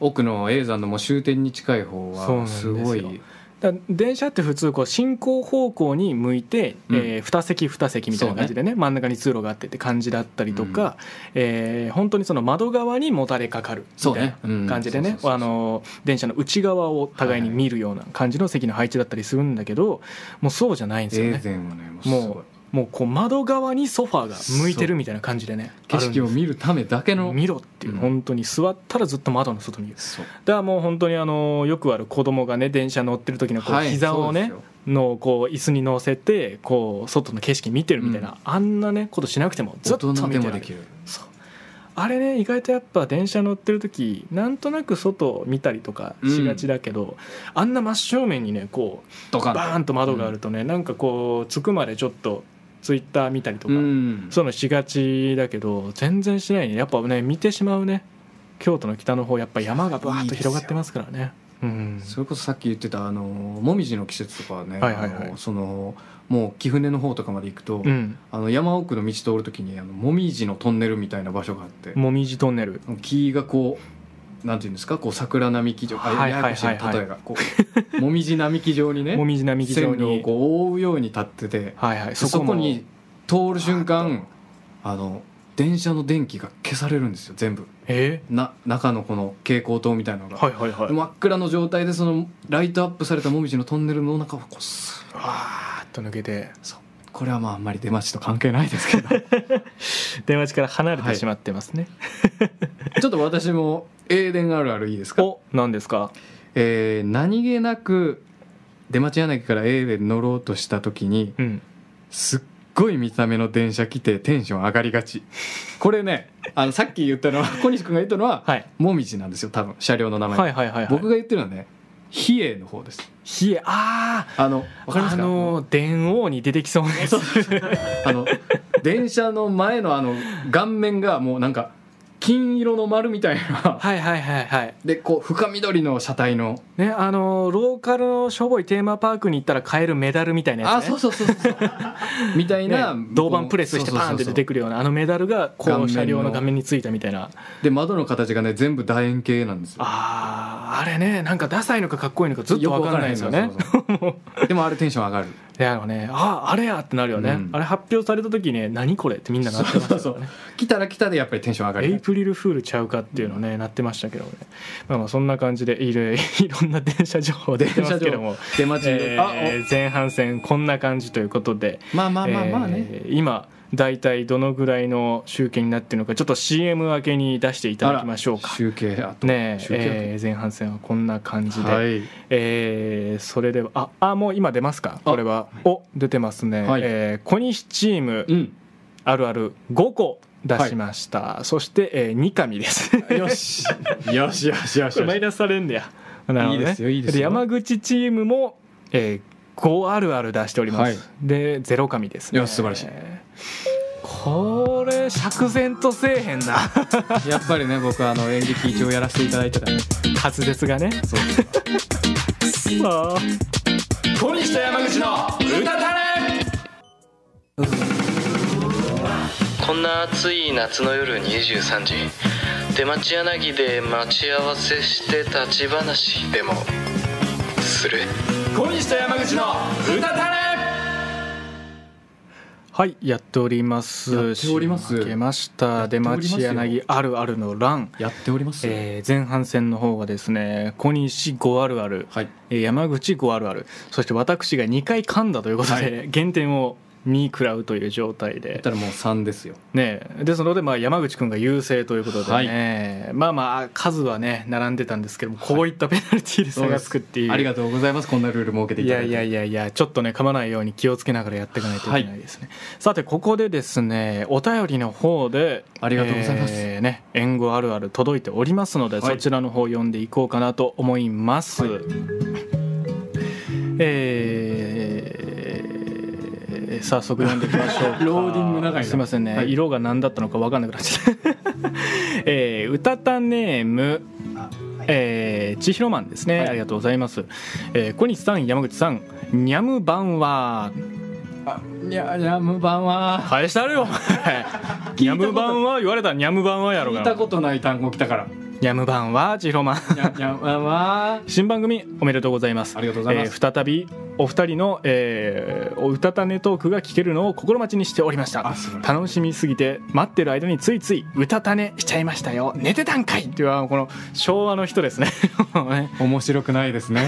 [SPEAKER 2] 奥の永山のもう終点に近い方
[SPEAKER 1] そうなん
[SPEAKER 2] は
[SPEAKER 1] です
[SPEAKER 2] す
[SPEAKER 1] よ
[SPEAKER 2] ごい
[SPEAKER 1] だから電車って普通こう進行方向に向いて、
[SPEAKER 2] うん
[SPEAKER 1] えー2席2席みたいな感じでね真ん中に通路があってって感じだったりとか、えー本当にその窓側にもたれかかるみたいな感じでね
[SPEAKER 2] そうねうん
[SPEAKER 1] あの電車の内側を互いに見るような感じの席の配置だったりするんだけどもうそうじゃないんですよ
[SPEAKER 2] 永
[SPEAKER 1] ね
[SPEAKER 2] 山はねもうすごい
[SPEAKER 1] もうもうこう窓側にソファーが向いてるみたいな感じでね
[SPEAKER 2] 景色を
[SPEAKER 1] る
[SPEAKER 2] 見るためだけの
[SPEAKER 1] 見ろっていう、
[SPEAKER 2] うん
[SPEAKER 1] 本当に座ったらずっと窓の外にいる
[SPEAKER 2] そう
[SPEAKER 1] だからもう本当にあのよくある子供がね電車乗ってる時のこう
[SPEAKER 2] はい
[SPEAKER 1] 膝をね、
[SPEAKER 2] そうですよ
[SPEAKER 1] のこう椅子に乗せてこう外の景色見てるみたいな、あんなねことしなくてもずっ
[SPEAKER 2] 大
[SPEAKER 1] と
[SPEAKER 2] 人
[SPEAKER 1] 見
[SPEAKER 2] で
[SPEAKER 1] て
[SPEAKER 2] も
[SPEAKER 1] られ
[SPEAKER 2] で
[SPEAKER 1] る
[SPEAKER 2] きる
[SPEAKER 1] そうあれね意外とやっぱ電車乗ってる時なんとなく外を見たりとかしがちだけど、あんな真正面にねこう
[SPEAKER 2] ドカン
[SPEAKER 1] バーンと窓があるとね、なんかこう着くまでちょっとツイッター見たりとか、
[SPEAKER 2] うん
[SPEAKER 1] そういうのしがちだけど全然しないねやっぱね見てしまうね京都の北の方やっぱ山がバーッと広がってますからねうん
[SPEAKER 2] それこそさっき言ってたあのもみじの季節とかはね、
[SPEAKER 1] はいはいはい
[SPEAKER 2] あのそのもう貴船の方とかまで行くと、
[SPEAKER 1] うん
[SPEAKER 2] あの山奥の道通る時にあのもみじのトンネルみたいな場所があって、
[SPEAKER 1] もみじトンネル
[SPEAKER 2] 木がこうなんていうんですかこう桜並木状あ
[SPEAKER 1] はい
[SPEAKER 2] ややこしいな
[SPEAKER 1] はいはいはい
[SPEAKER 2] 例えがこうもみじ並木状にね
[SPEAKER 1] もみじ並木上
[SPEAKER 2] 線路を
[SPEAKER 1] に
[SPEAKER 2] こう覆うように立ってて
[SPEAKER 1] はいはい
[SPEAKER 2] そこ
[SPEAKER 1] も
[SPEAKER 2] に通る瞬
[SPEAKER 1] わー
[SPEAKER 2] 間あの電車の電気が消されるんですよ全部
[SPEAKER 1] え
[SPEAKER 2] な中のこの蛍光灯みたいなのが、
[SPEAKER 1] はいはいはい
[SPEAKER 2] 真っ暗の状態でそのライトアップされたもみじのトンネルの中をこうスーッ
[SPEAKER 1] わーっと抜けて
[SPEAKER 2] これはまああんまり出待ちと関係ないです けど
[SPEAKER 1] 電話口から離れ
[SPEAKER 2] は
[SPEAKER 1] て
[SPEAKER 2] い
[SPEAKER 1] しまってますね、
[SPEAKER 2] ちょっと私も英電あるあるいいですか、
[SPEAKER 1] お何ですか
[SPEAKER 2] えー何気なく出町柳から英電乗ろうとした時に
[SPEAKER 1] うん
[SPEAKER 2] すっごい見た目の電車来てテンション上がりがちこれねあのさっき言った のは小西君が言ったのは、
[SPEAKER 1] はい
[SPEAKER 2] もみじなんですよ多分車両の名前、
[SPEAKER 1] はいはいはいはい
[SPEAKER 2] 僕が言ってるのはね比叡の方です
[SPEAKER 1] 冷えあ
[SPEAKER 2] あの
[SPEAKER 1] あ
[SPEAKER 2] わかります
[SPEAKER 1] あ
[SPEAKER 2] か
[SPEAKER 1] のー電王に出てき そうなやつ
[SPEAKER 2] そうあの電車の前のあの顔面がもうなんか金色の丸みたいな
[SPEAKER 1] はいはいはいはい
[SPEAKER 2] でこう深緑の車体の、
[SPEAKER 1] ねあのーローカルのしょぼいテーマパークに行ったら買えるメダルみたいなやつ、ね、
[SPEAKER 2] あそうそうそうそうみたい
[SPEAKER 1] ね
[SPEAKER 2] な、
[SPEAKER 1] 銅板プレスしてパーンって出て
[SPEAKER 2] く
[SPEAKER 1] くるようなあのメダルがこ
[SPEAKER 2] 顔面
[SPEAKER 1] の
[SPEAKER 2] の
[SPEAKER 1] 車両の画面についたみたいな
[SPEAKER 2] で窓の形がね全部楕円形なんですよ
[SPEAKER 1] あーあれねなんかダサいのかかっこいいのかずっと
[SPEAKER 2] よく
[SPEAKER 1] 分かんないですよね
[SPEAKER 2] わからないのそうそうでもあれテンション上がる
[SPEAKER 1] であのねあああれやってなるよね、
[SPEAKER 2] うん
[SPEAKER 1] あれ発表された時ね何これってみんななってました
[SPEAKER 2] そ
[SPEAKER 1] よ
[SPEAKER 2] う
[SPEAKER 1] ね
[SPEAKER 2] そう来たら来たでやっぱりテンション上が
[SPEAKER 1] エイ
[SPEAKER 2] る
[SPEAKER 1] プリルフールちゃうかっていうのね、なってましたけどねまあまあそんな感じでいろ いろんな電車情報出てますけども、
[SPEAKER 2] 出待ちの、
[SPEAKER 1] え
[SPEAKER 2] あ
[SPEAKER 1] ー前半戦こんな感じということで
[SPEAKER 2] おまあまあまあまあね、
[SPEAKER 1] えー今大体どのぐらいの集計になってるのかちょっと CM 明けに出していただきましょうか。
[SPEAKER 2] 集計あと
[SPEAKER 1] ね
[SPEAKER 2] 集計あと
[SPEAKER 1] ええー前半戦はこんな感じで、
[SPEAKER 2] はい
[SPEAKER 1] えーそれではああもう今出ますか
[SPEAKER 2] あ
[SPEAKER 1] これはお出てますね、
[SPEAKER 2] はい
[SPEAKER 1] えー小西チーム
[SPEAKER 2] うん
[SPEAKER 1] あるある5個出しました、そして、えー、二上です
[SPEAKER 2] よしよしよしよし
[SPEAKER 1] これ
[SPEAKER 2] よ
[SPEAKER 1] マイ
[SPEAKER 2] し
[SPEAKER 1] ナスされんだよなるほどね
[SPEAKER 2] いいですよいいですよ
[SPEAKER 1] 山口チームも、えー、5あるある出しております、
[SPEAKER 2] はい
[SPEAKER 1] でゼロ神です
[SPEAKER 2] い
[SPEAKER 1] ね
[SPEAKER 2] や素晴らしい
[SPEAKER 1] えーこれ釈然とせえへんな
[SPEAKER 2] やっぱりね僕はあの演劇一応やらせていただいてたんで
[SPEAKER 1] 滑舌がね
[SPEAKER 2] そう
[SPEAKER 1] さあ
[SPEAKER 2] 小西と山口の歌たれ
[SPEAKER 3] こんな暑い夏の夜23時出町柳で待ち合わせして立ち話でもする
[SPEAKER 2] 小西と山口の歌たれ
[SPEAKER 1] はいやっております
[SPEAKER 2] やっております
[SPEAKER 1] 締めました出
[SPEAKER 2] ておりますよ
[SPEAKER 1] 町柳あるあるの欄
[SPEAKER 2] やっておりますよ
[SPEAKER 1] えー前半戦の方はですね小西5あるある、
[SPEAKER 2] はい
[SPEAKER 1] えー山口5あるあるそして私が2回噛んだということで、
[SPEAKER 2] は
[SPEAKER 1] 減点を2食らうという状態
[SPEAKER 2] 言
[SPEAKER 1] で
[SPEAKER 2] っ、たらもう3ですよ
[SPEAKER 1] ね、ですのでまあ山口君が優勢ということでね、まあまあ数はね並んでたんですけどもこういったペナルティーで差がつくっていう、
[SPEAKER 2] ありがとうございますこんなルール設けてい
[SPEAKER 1] い
[SPEAKER 2] ただ
[SPEAKER 1] や
[SPEAKER 2] いて
[SPEAKER 1] いやいやいやちょっとね噛まないように気をつけながらやっていかないといけないですね、さてここでですねお便りの方で
[SPEAKER 2] ありがとうございます
[SPEAKER 1] えーね援護あるある届いておりますので、
[SPEAKER 2] はい
[SPEAKER 1] そちらの方読んでいこうかなと思います、
[SPEAKER 2] はい
[SPEAKER 1] えー早速読んでいきましょうか
[SPEAKER 2] ローディング長いな
[SPEAKER 1] すいませんね、
[SPEAKER 2] はい
[SPEAKER 1] 色が何だったのか分かんなくなっちゃった、 えー、うたたネームえー、千尋マンですね、
[SPEAKER 2] はい
[SPEAKER 1] ありがとうございます、えー、小西さん山口さんにゃむばんは
[SPEAKER 2] あにゃにゃむばんは
[SPEAKER 1] 返してある よにゃむばんは言われたらにゃむばんはやろう
[SPEAKER 2] 聞
[SPEAKER 1] が
[SPEAKER 2] いた
[SPEAKER 1] な
[SPEAKER 2] ことない単語来たから
[SPEAKER 1] にゃむばんは千尋マン
[SPEAKER 2] にゃにゃむばんは
[SPEAKER 1] 新番組おめでとうございます
[SPEAKER 2] ありがとうございます
[SPEAKER 1] えー再びお二人の、えー、お歌たねトークが聞けるのを心待ちにしておりました
[SPEAKER 2] あ素晴らしい
[SPEAKER 1] 楽しみすぎて待ってる間についついうたたねしちゃいましたよ寝てたんかいっていうあのこの昭和の人ですね もうね
[SPEAKER 2] 面白くないですね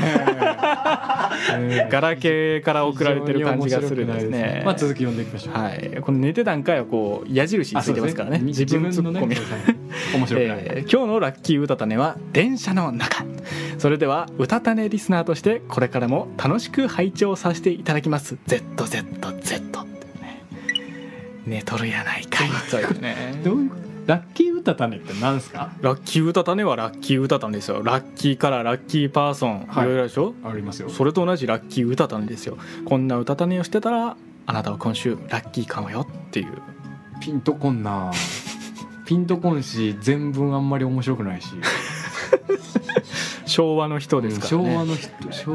[SPEAKER 1] ガラケーから送られてる感じがするんです
[SPEAKER 2] 非常に面白くない
[SPEAKER 1] ね。
[SPEAKER 2] まあ続き読んでいきましょう
[SPEAKER 1] はい、この寝てたんかいはこう矢印
[SPEAKER 2] あ
[SPEAKER 1] ついてますからね。自分ツッコミ。
[SPEAKER 2] 面白くない、
[SPEAKER 1] えー今日のラッキー歌たねは電車の中それでは歌たねリスナーとしてこれからも楽しく拝聴させていただきます ZZZ ってね寝とるやないかいというね
[SPEAKER 2] どういうことラッキー歌たねってなんですか
[SPEAKER 1] ラッキー歌たねはラッキー歌たねですよラッキーからラッキーパーソン、
[SPEAKER 2] はい
[SPEAKER 1] いろいろでしょ
[SPEAKER 2] ありますよ
[SPEAKER 1] それと同じラッキー歌たねですよこんな歌たねをしてたらあなたは今週ラッキーかもよっていう
[SPEAKER 2] ピンとこんなピンとこんし全文あんまり面白くないし
[SPEAKER 1] 昭和の人ですからね、
[SPEAKER 2] 昭和の人昭ちょ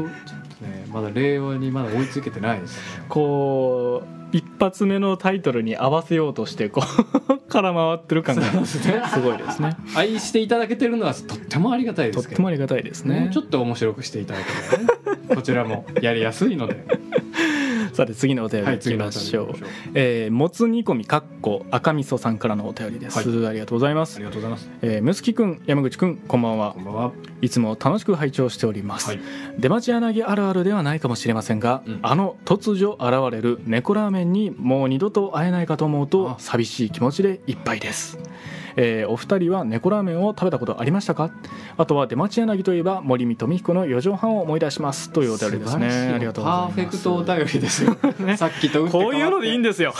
[SPEAKER 2] っとねまだ令和にまだ追いつけてないですよね
[SPEAKER 1] こう一発目のタイトルに合わせようとしてこう 空回ってる感が
[SPEAKER 2] そうですね
[SPEAKER 1] すごいですね
[SPEAKER 2] 愛していただけてるのはとってもありがたいで
[SPEAKER 1] とっ
[SPEAKER 2] すけ
[SPEAKER 1] ても
[SPEAKER 2] ど
[SPEAKER 1] ありがたいです
[SPEAKER 2] も
[SPEAKER 1] ね
[SPEAKER 2] うちょっと面白くしていただければ ねこちらもやりやすいの で
[SPEAKER 1] さて次のお便り
[SPEAKER 2] はい
[SPEAKER 1] いき
[SPEAKER 2] 次のお
[SPEAKER 1] ま
[SPEAKER 2] 便り
[SPEAKER 1] しょう、
[SPEAKER 2] 行きましょう
[SPEAKER 1] えーもつ煮込みかっこ赤味噌さんからのお便りです、ありがとうございま
[SPEAKER 2] あ
[SPEAKER 1] す
[SPEAKER 2] りがとうございます
[SPEAKER 1] えーむすきくん山口くんこんばんは
[SPEAKER 2] こんばんはい
[SPEAKER 1] つも楽しく拝聴しております、
[SPEAKER 2] はい
[SPEAKER 1] 出町柳あるあるではないかもしれませんが、
[SPEAKER 2] うん
[SPEAKER 1] あの突如現れる猫ラーメンにもう二度と会えないかと思うと
[SPEAKER 2] あ
[SPEAKER 1] 寂しい気持ちでいっぱいですえーお二人は猫ラーメンを食べたことありましたかあとは出町柳といえば森見富彦の四畳半を思い出しますというお便りですね
[SPEAKER 2] 素晴らしい
[SPEAKER 1] ありがとうございます
[SPEAKER 2] パーフェクトお便りですよ、 さっきと打って変
[SPEAKER 1] こ
[SPEAKER 2] わっ
[SPEAKER 1] う
[SPEAKER 2] て
[SPEAKER 1] いう のでいいんですよ。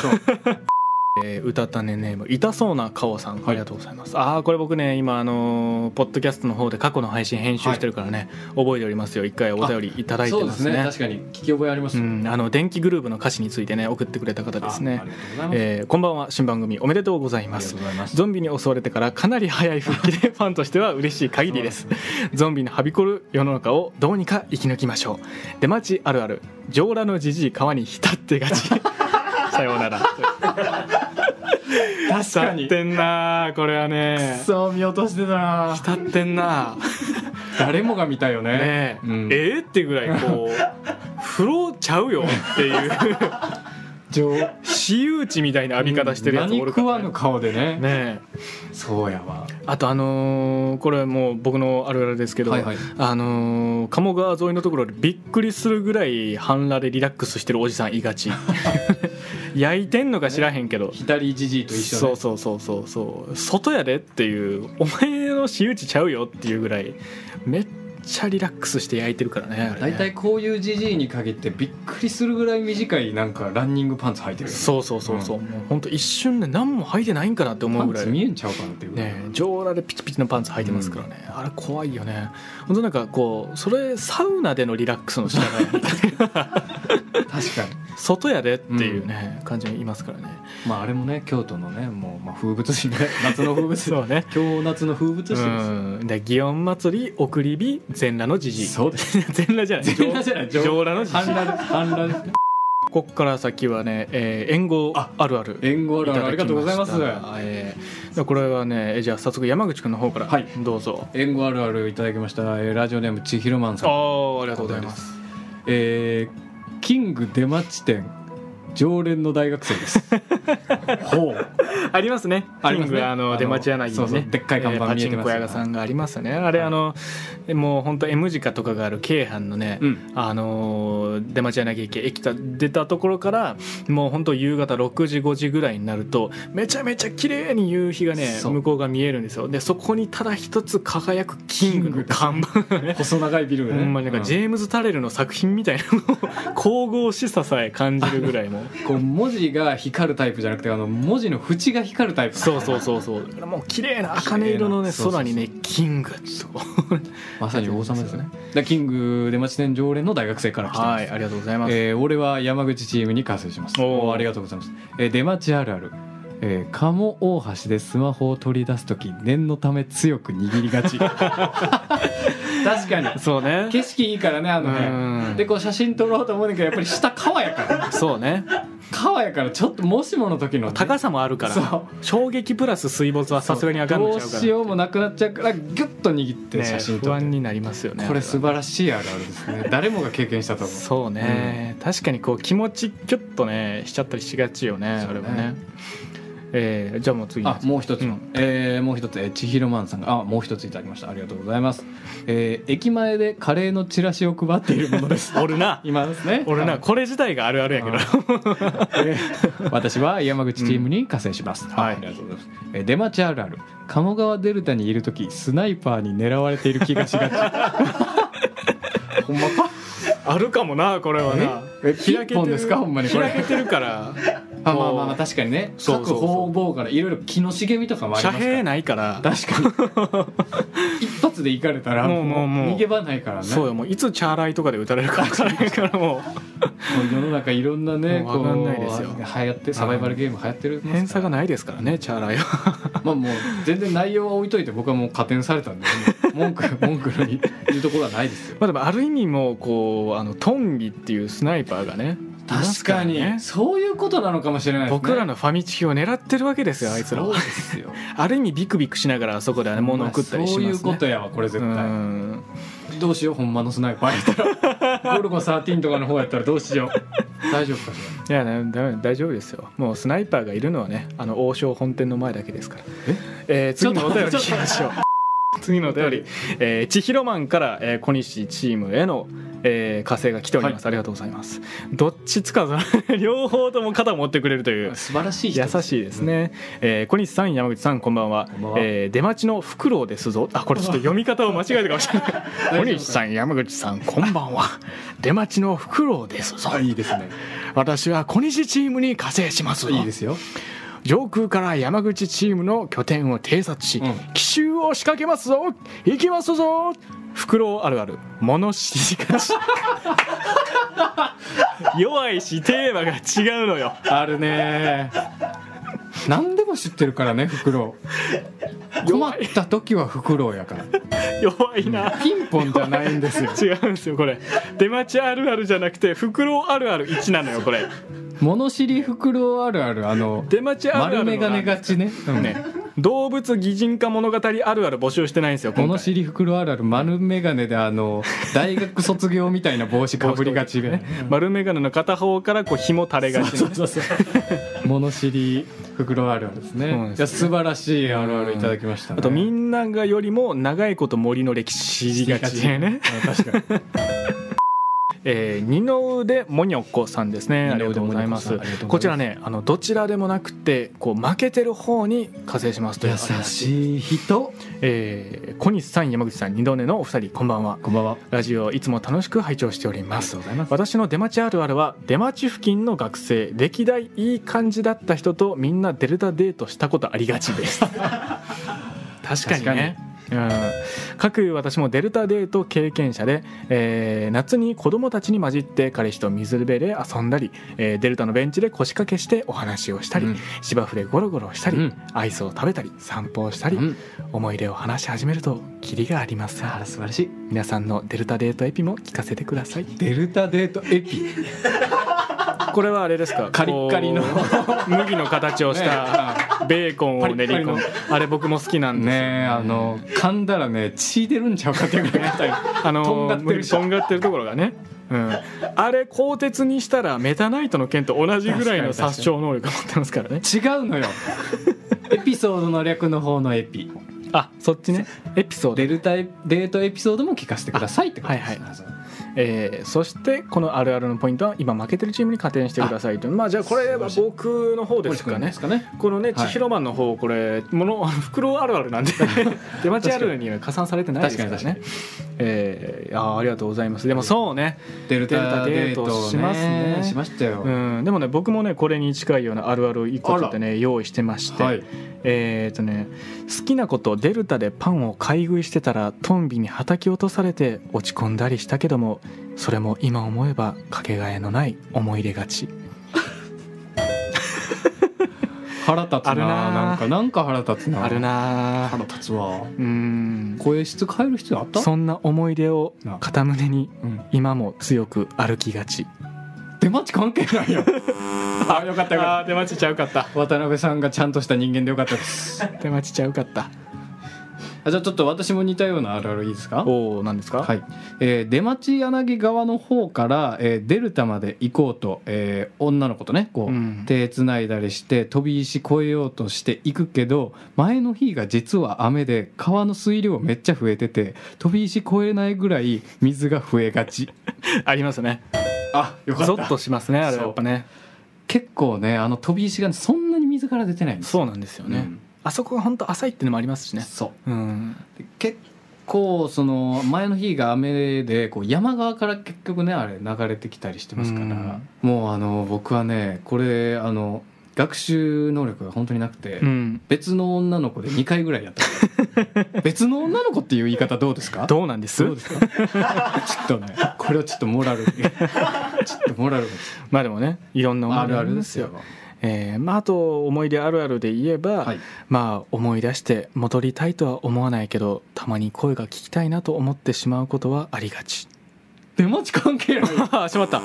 [SPEAKER 1] えー、うたたねネーム痛そうな顔さんありがとうございます、ああこれ僕ね今あのーポッドキャストの方で過去の配信編集してるからね、覚えておりますよ一回お便りいただいて
[SPEAKER 2] そうで
[SPEAKER 1] ますす
[SPEAKER 2] ね
[SPEAKER 1] ね
[SPEAKER 2] 確かに聞き覚えあります
[SPEAKER 1] う
[SPEAKER 2] よ、
[SPEAKER 1] んあの電気グルーヴの歌詞についてね送ってくれた方です
[SPEAKER 2] ああ
[SPEAKER 1] ね
[SPEAKER 2] りがとうございます、
[SPEAKER 1] えーこんばんは新番組おめでとうございま
[SPEAKER 2] ありが
[SPEAKER 1] す
[SPEAKER 2] とうございます
[SPEAKER 1] ゾンビに襲われてからかなり早い復帰でファンとしては嬉しい限りですゾンビのはびこる世の中をどうにか生き抜きましょう出待ちあるある上裸のじじい川に浸ってがち さようなら
[SPEAKER 2] 確
[SPEAKER 1] 浸ってんなこれはね
[SPEAKER 2] そう見落としてたな
[SPEAKER 1] 浸ってんな
[SPEAKER 2] 誰もが見たよね
[SPEAKER 1] ねえ、
[SPEAKER 2] うん
[SPEAKER 1] えーってぐらいこ う風呂ちゃうよって いう
[SPEAKER 2] 上
[SPEAKER 1] 私有地みたいな浴び方してるやつ
[SPEAKER 2] 何
[SPEAKER 1] おるか
[SPEAKER 2] 食わ
[SPEAKER 1] らね
[SPEAKER 2] ぬ顔でね
[SPEAKER 1] ねえ
[SPEAKER 2] そうやわ
[SPEAKER 1] あとあのーこれもう僕のあるあるですけど、
[SPEAKER 2] はいはい
[SPEAKER 1] あのー鴨川沿いのところでびっくりするぐらい半裸でリラックスしてるおじさんい がち焼いてんのか知らへんけど、
[SPEAKER 2] 左じじいと一緒
[SPEAKER 1] そうそうそうそうそう外やでっていうお前の私有地ちゃうよっていうぐらいめっちゃリラックスして焼いてるからねあれね
[SPEAKER 2] 大体こういうじじいに限ってびっくりするぐらい短いなんかランニングパンツ履いてるよね
[SPEAKER 1] そうそうそうそう、もうほんと一瞬で何も履いてないんかなって思
[SPEAKER 2] パ
[SPEAKER 1] うぐ
[SPEAKER 2] ン
[SPEAKER 1] らい
[SPEAKER 2] ツ見えんちゃうかなっていうぐらい
[SPEAKER 1] ねえ、上裸でピチピチのパンツ履いてますからね、あれ怖いよねほんとなんかこうそれサウナでのリラックスの仕方み たい
[SPEAKER 2] 確かに
[SPEAKER 1] な外やでっていうね、感じにいますからね
[SPEAKER 2] まああれもね京都のねもうまあ風物詩ね 夏の風物詩
[SPEAKER 1] そうね
[SPEAKER 2] 京夏の風物詩
[SPEAKER 1] う
[SPEAKER 2] ですよ
[SPEAKER 1] んで祇園祭り送り火全裸のじじい
[SPEAKER 2] そうです
[SPEAKER 1] 全裸じゃない
[SPEAKER 2] 全裸じゃない
[SPEAKER 1] 上
[SPEAKER 2] 上
[SPEAKER 1] 上裸のじじい
[SPEAKER 2] 反乱反乱
[SPEAKER 1] こっから先はね、えー、援護
[SPEAKER 2] あ
[SPEAKER 1] あるある
[SPEAKER 2] 援護あるあるありがとうございます
[SPEAKER 1] ただきしたえーでこれはねえーじゃあ早速山口君の方から
[SPEAKER 2] はい
[SPEAKER 1] どうぞ、
[SPEAKER 2] 援護あるあるいただきましたえーラジオネームちひろまんさん
[SPEAKER 1] ああありがとうございます
[SPEAKER 2] えーキング出待ち店常連の大学生 ですほう
[SPEAKER 1] ありますね。
[SPEAKER 2] ありますね
[SPEAKER 1] キングあ
[SPEAKER 2] あ
[SPEAKER 1] の
[SPEAKER 2] の
[SPEAKER 1] 出町柳にね
[SPEAKER 2] そうそうでっかい看板
[SPEAKER 1] えー
[SPEAKER 2] 見え
[SPEAKER 1] パチン
[SPEAKER 2] てます
[SPEAKER 1] コ屋がさんがありますよね。あれ、
[SPEAKER 2] はい
[SPEAKER 1] あのもう本当 M 字架とかがある京阪のね、
[SPEAKER 2] うん
[SPEAKER 1] あのー出町柳駅駅た出たところからもう本当夕方6時5時ぐらいになるとめちゃめちゃ綺麗に夕日がね
[SPEAKER 2] そう
[SPEAKER 1] 向こうが見えるんですよ。でそこにただ一つ輝くキングの看板がね。
[SPEAKER 2] 細長いビル
[SPEAKER 1] ほ
[SPEAKER 2] がね
[SPEAKER 1] んまになんかジ
[SPEAKER 2] う
[SPEAKER 1] ェームズ・タレルの作品みたいな のを神々しささえ感じるぐらいもう
[SPEAKER 2] こう文字が光るタイプじゃなくてあの文字の縁が光るタイプ
[SPEAKER 1] そうそうそうそうだからもう綺麗な茜色のね
[SPEAKER 2] 綺麗な
[SPEAKER 1] 空にね
[SPEAKER 2] そ
[SPEAKER 1] キングと
[SPEAKER 2] まさに王様ですよ
[SPEAKER 1] そう
[SPEAKER 2] ねだキング出待ち店常連の大学生から来てま
[SPEAKER 1] は
[SPEAKER 2] す、
[SPEAKER 1] いありがとうございます、
[SPEAKER 2] えー俺は山口チームに加勢します
[SPEAKER 1] おー
[SPEAKER 2] おーありがとうございます、えー出待ちあるあるえー、鴨大橋でスマホを取り出す時念のため強く握り がち確かに
[SPEAKER 1] そうね
[SPEAKER 2] 景色いいからねあのね
[SPEAKER 1] うん
[SPEAKER 2] でこう写真撮ろうと思うねんだけどやっぱり下川やから
[SPEAKER 1] そうね
[SPEAKER 2] 川やからちょっともしもの時のね、
[SPEAKER 1] 高さもあるから
[SPEAKER 2] そう
[SPEAKER 1] 衝撃プラス水没はさすがにあかんのちゃうから
[SPEAKER 2] どうしようもなくなっちゃうからギュッと握って
[SPEAKER 1] ね
[SPEAKER 2] 写真
[SPEAKER 1] 不
[SPEAKER 2] 撮って、
[SPEAKER 1] 安になりますよね
[SPEAKER 2] これ素晴らしいあるあるですね誰もが経験したと思 う
[SPEAKER 1] そうね、確かにこう気持ちキュッとねしちゃったりしがちよね
[SPEAKER 2] そ
[SPEAKER 1] あ
[SPEAKER 2] う
[SPEAKER 1] れ
[SPEAKER 2] ね
[SPEAKER 1] はねえーじゃあもう次
[SPEAKER 2] あもう一つ
[SPEAKER 1] う
[SPEAKER 2] の、
[SPEAKER 1] ん
[SPEAKER 2] えーもう一つえー千尋マンさんがあもう一ついただきましたありがとうございます、えー駅前でカレーのチラシを配っているものです
[SPEAKER 1] 俺な
[SPEAKER 2] 今ですね
[SPEAKER 1] 俺
[SPEAKER 2] は
[SPEAKER 1] ないこれ自体があるあるやけど
[SPEAKER 2] あ えー私は山口チームに加勢します、
[SPEAKER 1] ん
[SPEAKER 2] あ
[SPEAKER 1] はい
[SPEAKER 2] ありがとうございます、えー出待ちあるある鴨川デルタにいる時スナイパーに狙われている気が しがちほんまか
[SPEAKER 1] あるかもなこれはな
[SPEAKER 2] ええ一本ですかほんまにこれ
[SPEAKER 1] 開けてるから
[SPEAKER 2] あまあまあまあ確かにね
[SPEAKER 1] そうそうそう
[SPEAKER 2] 各方々からいろいろ木の茂みとかもあり
[SPEAKER 1] 遮
[SPEAKER 2] ますから
[SPEAKER 1] 蔽ないから
[SPEAKER 2] 確かに一発で行かれたら
[SPEAKER 1] もうもうもう
[SPEAKER 2] 逃げ場ないからね
[SPEAKER 1] そうよもういつチャーライとかで打たれるか分からないからも
[SPEAKER 2] もう世の中いろんなね
[SPEAKER 1] もうわかんないですよ
[SPEAKER 2] こう流行ってサバイバルゲーム流行ってる
[SPEAKER 1] う偏差が
[SPEAKER 2] い
[SPEAKER 1] ないですからねチャーライは
[SPEAKER 2] まあもう全然内容は置いといて僕はもう加点された んでもう文句文句の言うところはないですよ
[SPEAKER 1] まあでもある意味もうこうあのトンビっていうスナイパーがね
[SPEAKER 2] 確か
[SPEAKER 1] い
[SPEAKER 2] に
[SPEAKER 1] ます
[SPEAKER 2] そういうことなのかもしれな
[SPEAKER 1] ら
[SPEAKER 2] い
[SPEAKER 1] ね
[SPEAKER 2] ですね
[SPEAKER 1] 僕らのファミチキを狙ってるわけですよあいつら
[SPEAKER 2] そう
[SPEAKER 1] は
[SPEAKER 2] ですよ
[SPEAKER 1] ある意味ビクビクしながらあそこであれ物を食ったりしますね
[SPEAKER 2] そういうことやわこれ絶
[SPEAKER 1] う
[SPEAKER 2] 対
[SPEAKER 1] ん
[SPEAKER 2] どうしようほんまのスナイパーやったらゴルゴ13とかの方やったらどうしよう大丈夫かしら
[SPEAKER 1] いやねだめ大丈夫ですよもうスナイパーがいるのはねあの王将本店の前だけですからえー次のお便りいき ましょう次のお便り、えー、千尋マンから、えー小西チームへの、えー、火星が来ております、ありがとうございますどっちつかず 両方とも肩を持ってくれるという
[SPEAKER 2] 素晴らしい人
[SPEAKER 1] 優しいですね、えー小西さん山口さんこんばんは
[SPEAKER 2] こんばんは
[SPEAKER 1] えー出待ちのフクロウですぞあこれちょっと読み方を間違えたかもしれない
[SPEAKER 2] 夫
[SPEAKER 1] 小西さん山口さんこんばんは 出待ちのフクロウですぞ
[SPEAKER 2] あいいですね
[SPEAKER 1] 私は小西チームに加勢します
[SPEAKER 2] いいですよ
[SPEAKER 1] 上空から山口チームの拠点を偵察し、
[SPEAKER 2] うん
[SPEAKER 1] 奇襲を仕掛けますぞ行きますぞフクロウあるある物知りがし 弱いしテーマが違うのよ
[SPEAKER 2] あるね何でも知ってるからねフクロウ困った時はフクロウやから
[SPEAKER 1] 弱いな、
[SPEAKER 2] ピンポンじゃないんですよ
[SPEAKER 1] 違うんですよこれ出待ちあるあるじゃなくてフクロウあるある1なのよこれ
[SPEAKER 2] 物知りフクロウあるあるあの
[SPEAKER 1] 出待ちあるあ
[SPEAKER 2] 丸
[SPEAKER 1] る
[SPEAKER 2] 眼
[SPEAKER 1] の
[SPEAKER 2] 鏡がちねうん
[SPEAKER 1] ね動物擬人化物語あるある募集してないんですよ今
[SPEAKER 2] 物
[SPEAKER 1] 回
[SPEAKER 2] 知り袋あるある丸眼鏡であの大学卒業みたいな帽子かぶりがちでね
[SPEAKER 1] 丸眼鏡の片方からこう紐垂れがちね
[SPEAKER 2] 物知り袋あるあるです
[SPEAKER 1] そうで
[SPEAKER 2] ね
[SPEAKER 1] すね
[SPEAKER 2] いや素晴らしいあるあるいただきました、ね、
[SPEAKER 1] あとみ
[SPEAKER 2] なん
[SPEAKER 1] ながよりも長いこと森の歴史知りがちでね、
[SPEAKER 2] 確かに
[SPEAKER 1] えー、二の腕もにょっこさんですねありがとうございま
[SPEAKER 2] 二の
[SPEAKER 1] す
[SPEAKER 2] 腕もにょっこさんありがとう
[SPEAKER 1] こ
[SPEAKER 2] ご
[SPEAKER 1] ち
[SPEAKER 2] ざいます
[SPEAKER 1] らねあのどちらでもなくてこう負けてる方に加勢しますという
[SPEAKER 2] 優しい人
[SPEAKER 1] えー小西さん山口さん二度寝のお二人こんばんは
[SPEAKER 2] こんばんは
[SPEAKER 1] ラジオいつも楽しく拝聴しており
[SPEAKER 2] あ
[SPEAKER 1] ま
[SPEAKER 2] りが
[SPEAKER 1] す
[SPEAKER 2] とうございます
[SPEAKER 1] 私の出待ちあるあるは出待ち付近の学生歴代いい感じだった人とみんなデルタデートしたことありがち です確かにねうん、各私もデルタデート経験者で、えー夏に子供たちに混じって彼氏と水辺で遊んだり、えーデルタのベンチで腰掛けしてお話をしたり、
[SPEAKER 2] うん
[SPEAKER 1] 芝生でゴロゴロしたり、
[SPEAKER 2] うん
[SPEAKER 1] アイスを食べたり散歩をしたり、
[SPEAKER 2] うん
[SPEAKER 1] 思い出を話し始めるとキリがありません
[SPEAKER 2] あら素晴らしい
[SPEAKER 1] 皆さんのデルタデートエピも聞かせてください
[SPEAKER 2] デルタデートエピ
[SPEAKER 1] これはあれですか
[SPEAKER 2] カリッカリの
[SPEAKER 1] こう麦の形を した
[SPEAKER 2] ね
[SPEAKER 1] ベーコンを練り込む
[SPEAKER 2] パリッ
[SPEAKER 1] あれ僕も好きなんですよ
[SPEAKER 2] ねえあの噛んだらね血出るんちゃうかっていうぐらい硬い
[SPEAKER 1] あの
[SPEAKER 2] とんがってる
[SPEAKER 1] とんがってるところがね、うん、あれ鋼鉄にしたらメタナイトの剣と同じぐらいの
[SPEAKER 2] 確かに確かに
[SPEAKER 1] 殺傷能力を持ってますからね
[SPEAKER 2] 違うのよエピソードの略の方のエピ
[SPEAKER 1] あそっちねエピソード
[SPEAKER 2] デルタデートエピソードも聞かせてくださいってことです、
[SPEAKER 1] はいえーそしてこのあるあるのポイントは今負けてるチームに加点してくださいとまあじゃあこれは僕の方ですかね
[SPEAKER 2] ですかね
[SPEAKER 1] このね
[SPEAKER 2] はい
[SPEAKER 1] 千尋マンの方これもの 袋あるあるなん で出待ちあるあるには加算されてないですからね
[SPEAKER 2] 確かに
[SPEAKER 1] えー、あーありがとうございますでもそうね、
[SPEAKER 2] デル
[SPEAKER 1] タ
[SPEAKER 2] タ
[SPEAKER 1] デ
[SPEAKER 2] デ
[SPEAKER 1] ー
[SPEAKER 2] ー
[SPEAKER 1] ト
[SPEAKER 2] ト
[SPEAKER 1] をね
[SPEAKER 2] しますねしましたよ、
[SPEAKER 1] うん、でもね僕もねこれに近いようなあるあるを一個ちょっと
[SPEAKER 2] あ
[SPEAKER 1] ね用意してまして、
[SPEAKER 2] はい
[SPEAKER 1] えー、とね好きなことデルタでパンを買い食いしてたらトンビにはたき落とされて落ち込んだりしたけどもそれも今思えばかけがえのない思い出がち
[SPEAKER 2] 腹立つな
[SPEAKER 1] あるな
[SPEAKER 2] なんかなんか腹立つな
[SPEAKER 1] あるな
[SPEAKER 2] 腹
[SPEAKER 1] ー
[SPEAKER 2] 立つわ
[SPEAKER 1] うん
[SPEAKER 2] 声質変える必要あった
[SPEAKER 1] そんな思い出を肩胸に
[SPEAKER 2] うん
[SPEAKER 1] 今も強く歩きがち
[SPEAKER 2] 出待ち関係ないよ あよかったよかっ
[SPEAKER 1] 出待ちちゃうかった
[SPEAKER 2] た渡辺さんがちゃんとした人間でよかったです
[SPEAKER 1] 出待ちちゃうかった
[SPEAKER 2] あじゃあちょっと私も似たようなあるあるいいですか
[SPEAKER 1] おお何ですか、
[SPEAKER 2] はいえー出町柳側の方から、えーデルタまで行こうと、えー女の子とねこ
[SPEAKER 1] う
[SPEAKER 2] う、
[SPEAKER 1] ん
[SPEAKER 2] 手つないだりして飛び石越えようとして行くけど前の日が実は雨で川の水量めっちゃ増えてて飛び石越えないぐらい水が増えがち
[SPEAKER 1] ありますね
[SPEAKER 2] あよ
[SPEAKER 1] ゾッとしますねあれは
[SPEAKER 2] そう
[SPEAKER 1] やっぱね
[SPEAKER 2] 結構ねあの飛び石がそんなに水から出てないんですよ
[SPEAKER 1] そうなんですよね、あそこが本当浅いってのもありますし
[SPEAKER 2] うん
[SPEAKER 1] ね
[SPEAKER 2] そう
[SPEAKER 1] うん
[SPEAKER 2] で結構その前の日が雨でこう山側から結局ねあれ流れてきたりしてますから、
[SPEAKER 1] うん
[SPEAKER 2] もうあの僕はねこれあの学習能力が本当になくて、
[SPEAKER 1] うん
[SPEAKER 2] 別の女の子で2回ぐらいやったん です別の女の子っていう言い方どうですか
[SPEAKER 1] どうなんです
[SPEAKER 2] どうですか ちょっとねこれはちょっとモラルに ちょっとモラル
[SPEAKER 1] まあでもねいろんな思
[SPEAKER 2] があ
[SPEAKER 1] い出
[SPEAKER 2] る
[SPEAKER 1] あ
[SPEAKER 2] あ
[SPEAKER 1] る
[SPEAKER 2] る
[SPEAKER 1] ん
[SPEAKER 2] で
[SPEAKER 1] です
[SPEAKER 2] す
[SPEAKER 1] よ
[SPEAKER 2] よ、
[SPEAKER 1] えーまああと思い出あるあるで言えば、
[SPEAKER 2] はい、
[SPEAKER 1] まあ思い出して戻りたいとは思わないけどたまに声が聞きたいなと思ってしまうことはありがち
[SPEAKER 2] 出待ち関係ない、
[SPEAKER 1] あーしまった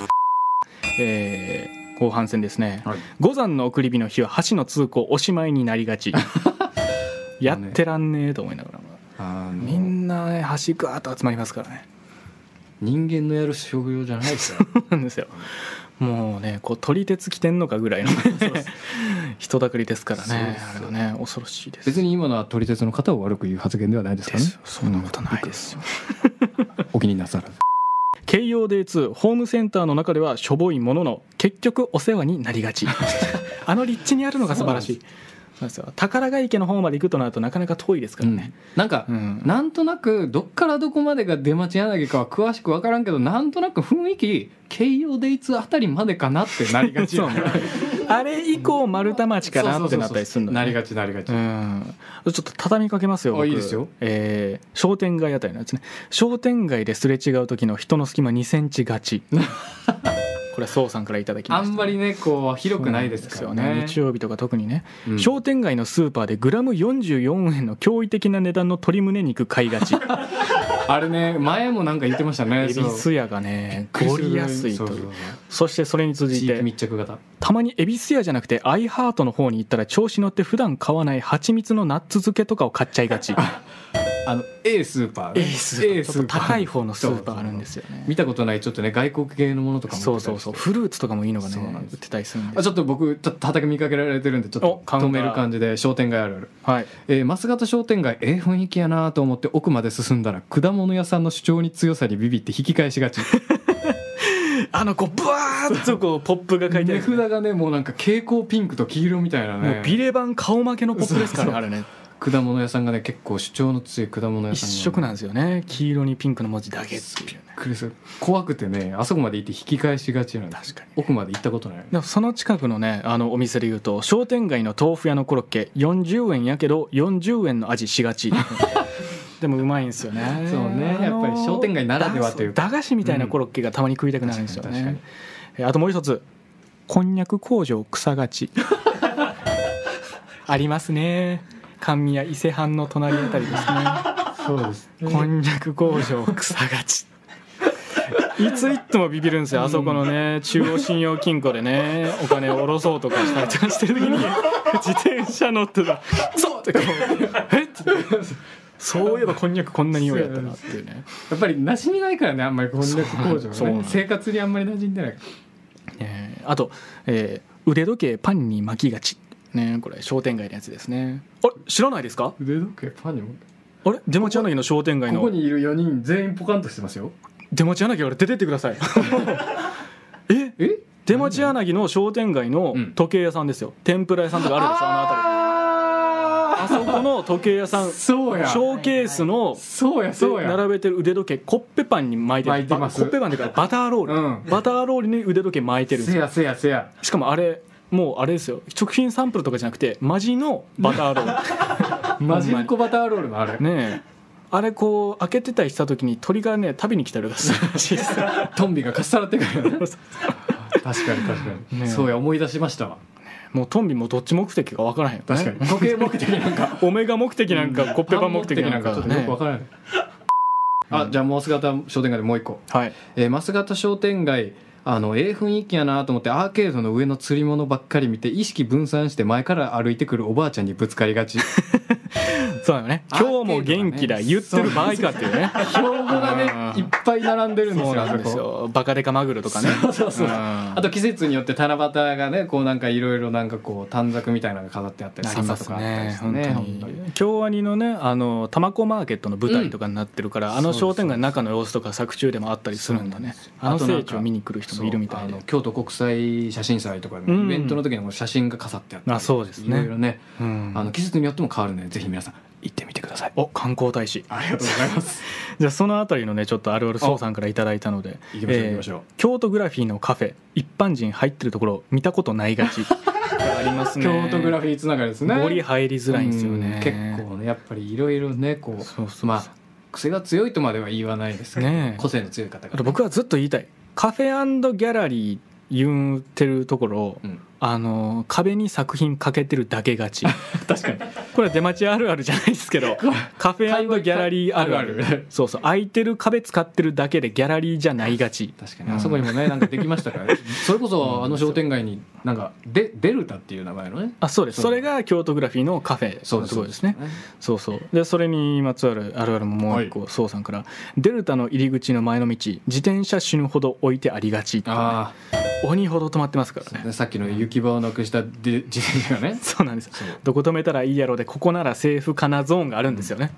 [SPEAKER 1] えー後半戦ですね
[SPEAKER 2] はい、
[SPEAKER 1] 五山の送り火の日は橋の通行おしまいになりが ちやってらんねえと思いながらも
[SPEAKER 2] あ
[SPEAKER 1] み
[SPEAKER 2] の
[SPEAKER 1] んなね橋ガーッと集まりますからね
[SPEAKER 2] 人間のやる職業じゃないですよ
[SPEAKER 1] なんですよもうねこう撮り鉄来てんのかぐらいの人だかりですからねあ
[SPEAKER 2] そう
[SPEAKER 1] れ
[SPEAKER 2] そう
[SPEAKER 1] はね恐ろしいです
[SPEAKER 2] 別に今のは取り鉄の方を悪く言う発言ではないですか
[SPEAKER 1] で
[SPEAKER 2] らね
[SPEAKER 1] すよそんなことないですよ
[SPEAKER 2] お気になさらず
[SPEAKER 1] 京葉 D2 ホームセンターの中ではしょぼいものの結局お世話になりが ちあの立地にあるのが素晴らしいそうですよ宝ヶ池の方まで行くとなるとなかなか遠いですからね、
[SPEAKER 2] なんか、
[SPEAKER 1] うん
[SPEAKER 2] なんとなくどっからどこまでが出町柳かは詳しく分からんけどなんとなく雰囲気京葉デイツあたりまでかなってなりがち
[SPEAKER 1] そうあれ以降丸太町かなってなったりするの
[SPEAKER 2] なりがちなりがち、
[SPEAKER 1] うん、ちょっと畳みかけますよ
[SPEAKER 2] あ
[SPEAKER 1] 僕
[SPEAKER 2] いいですよ
[SPEAKER 1] えー商店街あたりのやつね商店街ですれ違う時の人の隙間2センチが ちこれはうさんからいただきま
[SPEAKER 2] あ
[SPEAKER 1] した
[SPEAKER 2] んまりねこう広くないですから
[SPEAKER 1] そうなん
[SPEAKER 2] ね
[SPEAKER 1] ですよ日曜日とか特にね、
[SPEAKER 2] うん
[SPEAKER 1] 商店街のスーパーでグラム44円の驚異的な値段の鶏胸肉買いが ち
[SPEAKER 2] あれね前もなんか言ってましたね
[SPEAKER 1] 恵比寿屋がね
[SPEAKER 2] そう
[SPEAKER 1] 凍りやすいという
[SPEAKER 2] そうそうそう
[SPEAKER 1] そしてそれに続い
[SPEAKER 2] 地域
[SPEAKER 1] て
[SPEAKER 2] 密着型
[SPEAKER 1] たまに恵比寿屋じゃなくてアイハートの方に行ったら調子乗って普段買わない蜂蜜のナッツ漬けとかを買っちゃいがち
[SPEAKER 2] あの A スーパー
[SPEAKER 1] A スーパーちょっと高い方のスーパーあるんですすよね
[SPEAKER 2] 見たことないちょっとね外国系のものとかも
[SPEAKER 1] そうそうそうフルーツとかもいいのがね
[SPEAKER 2] そうなんです
[SPEAKER 1] 売ってたりするんで
[SPEAKER 2] あちょっと僕ちょっと叩き見かけられてるんでちょっと
[SPEAKER 1] おカウンタ
[SPEAKER 2] 止
[SPEAKER 1] ー
[SPEAKER 2] める感じで商店街あるある、
[SPEAKER 1] はい
[SPEAKER 2] えー、増形商店街ええ雰囲気やなと思って奥まで進んだら果物屋さんの主張に強さにビビって引き返し がち
[SPEAKER 1] あのこうブワーッとこうポップが書いてあ
[SPEAKER 2] 値
[SPEAKER 1] る
[SPEAKER 2] 札がねもうなんか蛍光ピンクと黄色みたいな
[SPEAKER 1] も
[SPEAKER 2] ね
[SPEAKER 1] うビレ版顔負けのポップですからねあれね
[SPEAKER 2] 果物屋さんがね結構主張の強い果物屋
[SPEAKER 1] 一
[SPEAKER 2] さん
[SPEAKER 1] 色なん
[SPEAKER 2] で
[SPEAKER 1] ですよね黄色にピンクの文字だけっていうね
[SPEAKER 2] 怖くてねあそこまで行って引き返しがちなんです
[SPEAKER 1] 確かに
[SPEAKER 2] 奥まで行ったことない
[SPEAKER 1] でもその近くのねあのお店で言うと商店街の豆腐屋のコロッケ40円やけど40円の味しが ちでもうまいんですよね
[SPEAKER 2] そうねやっぱり商店街ならではというか
[SPEAKER 1] だ駄菓子みたいなコロッケがたまに食いたくなるんですよ
[SPEAKER 2] うん確かに
[SPEAKER 1] ね、えあともう一つこんにゃく工場草が ちありますね甘味や伊勢半の隣あたりですね
[SPEAKER 2] そう です
[SPEAKER 1] こんにゃく工場草がちいついってもビビるんですよあそこのね中央信用金庫でねお金を下ろそうとかしたりとかしてる時に自転車乗ってた「そう!」ってこう「えっ?」そういえばこんにゃくこんなに良いやったなっていうね
[SPEAKER 2] やっぱり馴染みないからねあんまりこんにゃく工場
[SPEAKER 1] そう
[SPEAKER 2] が
[SPEAKER 1] なん
[SPEAKER 2] ね
[SPEAKER 1] です
[SPEAKER 2] 生活にあんまり馴染んでない
[SPEAKER 1] えーあと、えー腕時計パンに巻きがち」ねこれ商店街のやつですねあれ知らないですか
[SPEAKER 2] 腕時計パンにも
[SPEAKER 1] あれ出町柳の商店街の
[SPEAKER 2] ここにいる4人全員ポカンとしてますよ
[SPEAKER 1] 出町柳から出てってくだ さいえ
[SPEAKER 2] え
[SPEAKER 1] 出町柳の商店街の
[SPEAKER 2] うん
[SPEAKER 1] 時計屋さんですよ、天ぷら屋さんとかあるでしょあの辺り
[SPEAKER 2] あ
[SPEAKER 1] あそこの時計屋さんシ
[SPEAKER 2] そうや
[SPEAKER 1] ョーケースの
[SPEAKER 2] そうやそうや
[SPEAKER 1] 並べてる腕時計コッペパンに巻いてる
[SPEAKER 2] 巻いてます
[SPEAKER 1] ばコッペパンっていうかバターロール、
[SPEAKER 2] うん
[SPEAKER 1] バターロールに腕時計巻いてるんです
[SPEAKER 2] せ
[SPEAKER 1] よ
[SPEAKER 2] やせやせや
[SPEAKER 1] しかもあれもうあれですよ食品サンプルとかじゃなくてマジのバターロー
[SPEAKER 2] マジンコバターロールのあれ
[SPEAKER 1] ルねえあれこう開けてたりした時に鳥がね食べに来たりとかするらしいですよ
[SPEAKER 2] トンビがかっさらってくる確かに確かに、
[SPEAKER 1] ね
[SPEAKER 2] そうや思い出しましたわ
[SPEAKER 1] もうトンビもどっち目的かわからへんよね
[SPEAKER 2] 確かに時計目的なんか
[SPEAKER 1] オメガ目的なんかコッペパン目的なんか
[SPEAKER 2] ちょっとよくわからない、あじゃあもう姿商店街でもう一個
[SPEAKER 1] はい
[SPEAKER 2] えー、マス型商店街あのええ雰囲気やなと思ってアーケードの上の釣り物ばっかり見て意識分散して前から歩いてくるおばあちゃんにぶつかりがち
[SPEAKER 1] そうだよね今日も元気だ
[SPEAKER 2] アーケ
[SPEAKER 1] 言
[SPEAKER 2] ードがね
[SPEAKER 1] ってる場合かっていうね
[SPEAKER 2] 標語が
[SPEAKER 1] あ
[SPEAKER 2] ね
[SPEAKER 1] ー
[SPEAKER 2] いっぱい並んでるんです
[SPEAKER 1] そう
[SPEAKER 2] よあ
[SPEAKER 1] なん
[SPEAKER 2] そ
[SPEAKER 1] です
[SPEAKER 2] こ
[SPEAKER 1] よバカデカマグロとかね
[SPEAKER 2] そうそうそう
[SPEAKER 1] あ
[SPEAKER 2] あと季節によって七夕がねこうなんかいろいろなんかこう短冊みたいなのが飾ってあったり
[SPEAKER 1] なり
[SPEAKER 2] 笹
[SPEAKER 1] ま
[SPEAKER 2] と
[SPEAKER 1] す
[SPEAKER 2] かあったり
[SPEAKER 1] ね
[SPEAKER 2] して
[SPEAKER 1] 本当
[SPEAKER 2] 本当に
[SPEAKER 1] に京アニのねあの玉子マーケットの舞台とかになってるから、
[SPEAKER 2] うん
[SPEAKER 1] あの商店街の中の様子とか作中でもあったりするんだねあの
[SPEAKER 2] そうなん
[SPEAKER 1] 聖
[SPEAKER 2] です
[SPEAKER 1] 地
[SPEAKER 2] よ
[SPEAKER 1] を見に来る人もいるみたい
[SPEAKER 2] そうあ
[SPEAKER 1] で
[SPEAKER 2] の京都国際写真祭とかね、
[SPEAKER 1] うん
[SPEAKER 2] イベントの時にも写真が飾ってあったり
[SPEAKER 1] あそうですね
[SPEAKER 2] いろいろね、
[SPEAKER 1] うん
[SPEAKER 2] あの季節によっても変わるのでぜひ皆さん行ってみてください
[SPEAKER 1] お観光大使
[SPEAKER 2] ありがとうございます
[SPEAKER 1] じゃあそのあたりのねちょっとあるあるそうさんからいただいたので
[SPEAKER 2] 行きましょう
[SPEAKER 1] えー
[SPEAKER 2] 行きましょう
[SPEAKER 1] 京都グラフィーのカフェ一般人入ってるところ見たことないがち ありますね
[SPEAKER 2] 京都グラフィーつながりですね。
[SPEAKER 1] ゴリ入りづらいんですよね
[SPEAKER 2] うん結構ねやっぱりいろいろねこう
[SPEAKER 1] そうそう
[SPEAKER 2] まあ癖が強いとまでは言わないですけど、
[SPEAKER 1] ねえ
[SPEAKER 2] 個性の強い方
[SPEAKER 1] あと
[SPEAKER 2] が。
[SPEAKER 1] 僕はずっと言いたいカフェギャラリー言うてるところ、
[SPEAKER 2] うん
[SPEAKER 1] あの壁に作品かけてるだけが ち
[SPEAKER 2] 確かに。
[SPEAKER 1] これは出待ちあるあるじゃないですけどカフェギャラリーあるある
[SPEAKER 2] あるある
[SPEAKER 1] そうそう空いてる壁使ってるだけでギャラリーじゃないがち
[SPEAKER 2] 確かにあそこにもねなんかできましたから ね。それこそあの商店街になんかデデルタっていう名前のね。
[SPEAKER 1] あそうですそ
[SPEAKER 2] そう
[SPEAKER 1] れが京都グラフィーのカフェのところですねそうそうでそれにまつわるあるあるももう一個宋、さんから「デルタの入り口の前の道自転車死ぬほど置いてありがち」っていうね
[SPEAKER 2] あ
[SPEAKER 1] 鬼ほど止まってますからね
[SPEAKER 2] さっきの行き場をなくしたで自転車がね
[SPEAKER 1] そうなんです
[SPEAKER 2] そう
[SPEAKER 1] どこ止めたらいいやろでここならセーフかなゾーンがあるんですよね、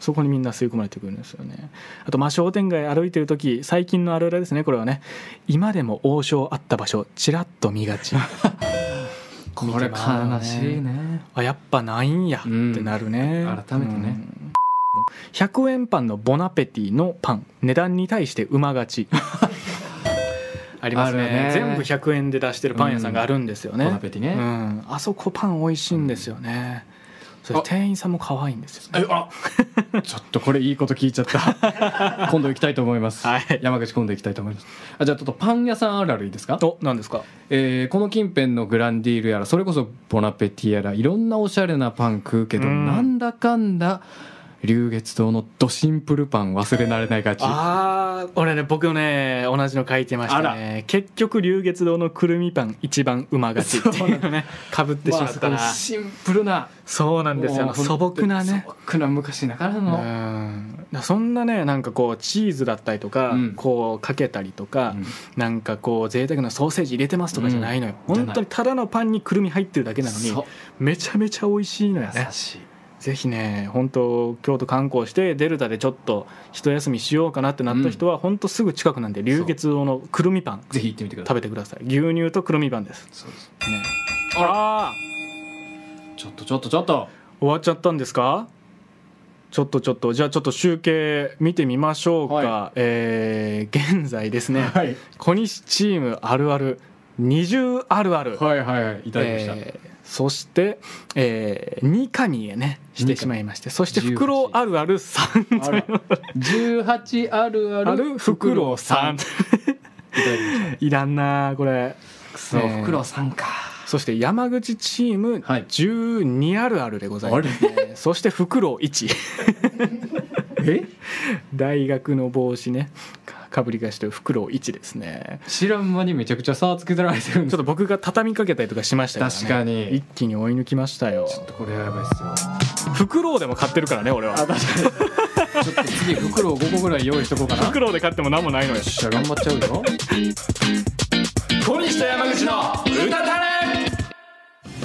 [SPEAKER 1] そこにみんな吸い込まれてくるんですよねあとまあ商店街歩いてる時最近のあるあるですねこれはね今でも王将あった場所ちらっと見が ち
[SPEAKER 2] これ悲しいね
[SPEAKER 1] あやっぱないんやってなるね、
[SPEAKER 2] うん改めてね
[SPEAKER 1] うん100円パンのボナペティのパン値段に対して馬勝ちありますね
[SPEAKER 2] あるね
[SPEAKER 1] 全部100円で出してるパン屋さんがあるんですよね、
[SPEAKER 2] ボナペティね
[SPEAKER 1] うん、あそこパン美味しいんですよね、それ
[SPEAKER 2] あ
[SPEAKER 1] 店員さんも可愛いんですよね
[SPEAKER 2] えあちょっとこれいいこと聞いちゃった 今度行きたいと思います、
[SPEAKER 1] はい
[SPEAKER 2] 山口今度行きたいと思いますあじゃあちょっとパン屋さんあるあるいいですか、
[SPEAKER 1] お何ですか
[SPEAKER 2] えーこの近辺のグランディールやらそれこそボナペティやらいろんなおしゃれなパン食うけど、
[SPEAKER 1] うん
[SPEAKER 2] なんだかんだ龍月堂のドシンプルパン忘れられないがち
[SPEAKER 1] ああ俺ね僕ね同じの書いてましたね結局龍月堂のくるみパン一番馬勝ちっていうのねかぶってしまったな、
[SPEAKER 2] まあシンプルな
[SPEAKER 1] そうなんですよ
[SPEAKER 2] もう
[SPEAKER 1] 素朴なね
[SPEAKER 2] 素朴な昔ながらの、
[SPEAKER 1] うんそんなねなんかこうチーズだったりとか、
[SPEAKER 2] うん
[SPEAKER 1] こうかけたりとか、
[SPEAKER 2] うん
[SPEAKER 1] なんかこう贅沢なソーセージ入れてますとかじゃないのよ、
[SPEAKER 2] うん
[SPEAKER 1] 本当にただのパンにくるみ入ってるだけなのに
[SPEAKER 2] そう
[SPEAKER 1] めちゃめちゃ美味しいのよね
[SPEAKER 2] 優しい
[SPEAKER 1] ぜひね本当京都観光してデルタでちょっと一休みしようかなってなった人は、ほん、本当すぐ近くなんで流月堂のくるみパン
[SPEAKER 2] ぜひ行ってみてくださ
[SPEAKER 1] 食
[SPEAKER 2] い
[SPEAKER 1] べてください牛乳とくるみパンです、ね、
[SPEAKER 2] そうです
[SPEAKER 1] ああ
[SPEAKER 2] ちょっとちょっとちょっと
[SPEAKER 1] 終わっちゃったんですかちょっとちょっとじゃあちょっと集計見てみましょうか、
[SPEAKER 2] は
[SPEAKER 1] えー現在ですね、
[SPEAKER 2] はい
[SPEAKER 1] 小西チームあるある20あるある、
[SPEAKER 2] はいはいはいいただきました、
[SPEAKER 1] えーそして、えー、二神へねしてしまいましてそして
[SPEAKER 2] 18
[SPEAKER 1] 袋あるある3
[SPEAKER 2] あら18あるある
[SPEAKER 1] ある袋3いらんなあこれ
[SPEAKER 2] くそ
[SPEAKER 1] えー
[SPEAKER 2] 袋三か
[SPEAKER 1] そして山口チーム
[SPEAKER 2] はい
[SPEAKER 1] 12あるあるでございます、ねそして袋1
[SPEAKER 2] え
[SPEAKER 1] 大学の帽子ねかかぶりがしてる袋1ですね
[SPEAKER 2] 知らん間にめちゃくちゃ差をつけてられてるんで
[SPEAKER 1] ち
[SPEAKER 2] す
[SPEAKER 1] ょっと僕が畳みかけたりとかしましたから、ね、
[SPEAKER 2] 確かに
[SPEAKER 1] 一気に追い抜きましたよ
[SPEAKER 2] ちょっとこれはやばいっすよ
[SPEAKER 1] 袋でも買ってるからね俺は
[SPEAKER 2] ちょっと次袋を5個ぐらい用意しとこうかなよ
[SPEAKER 1] 袋で買っても何もないのよ
[SPEAKER 2] っしゃ頑張っちゃうよ
[SPEAKER 1] 小西と山口の歌たれ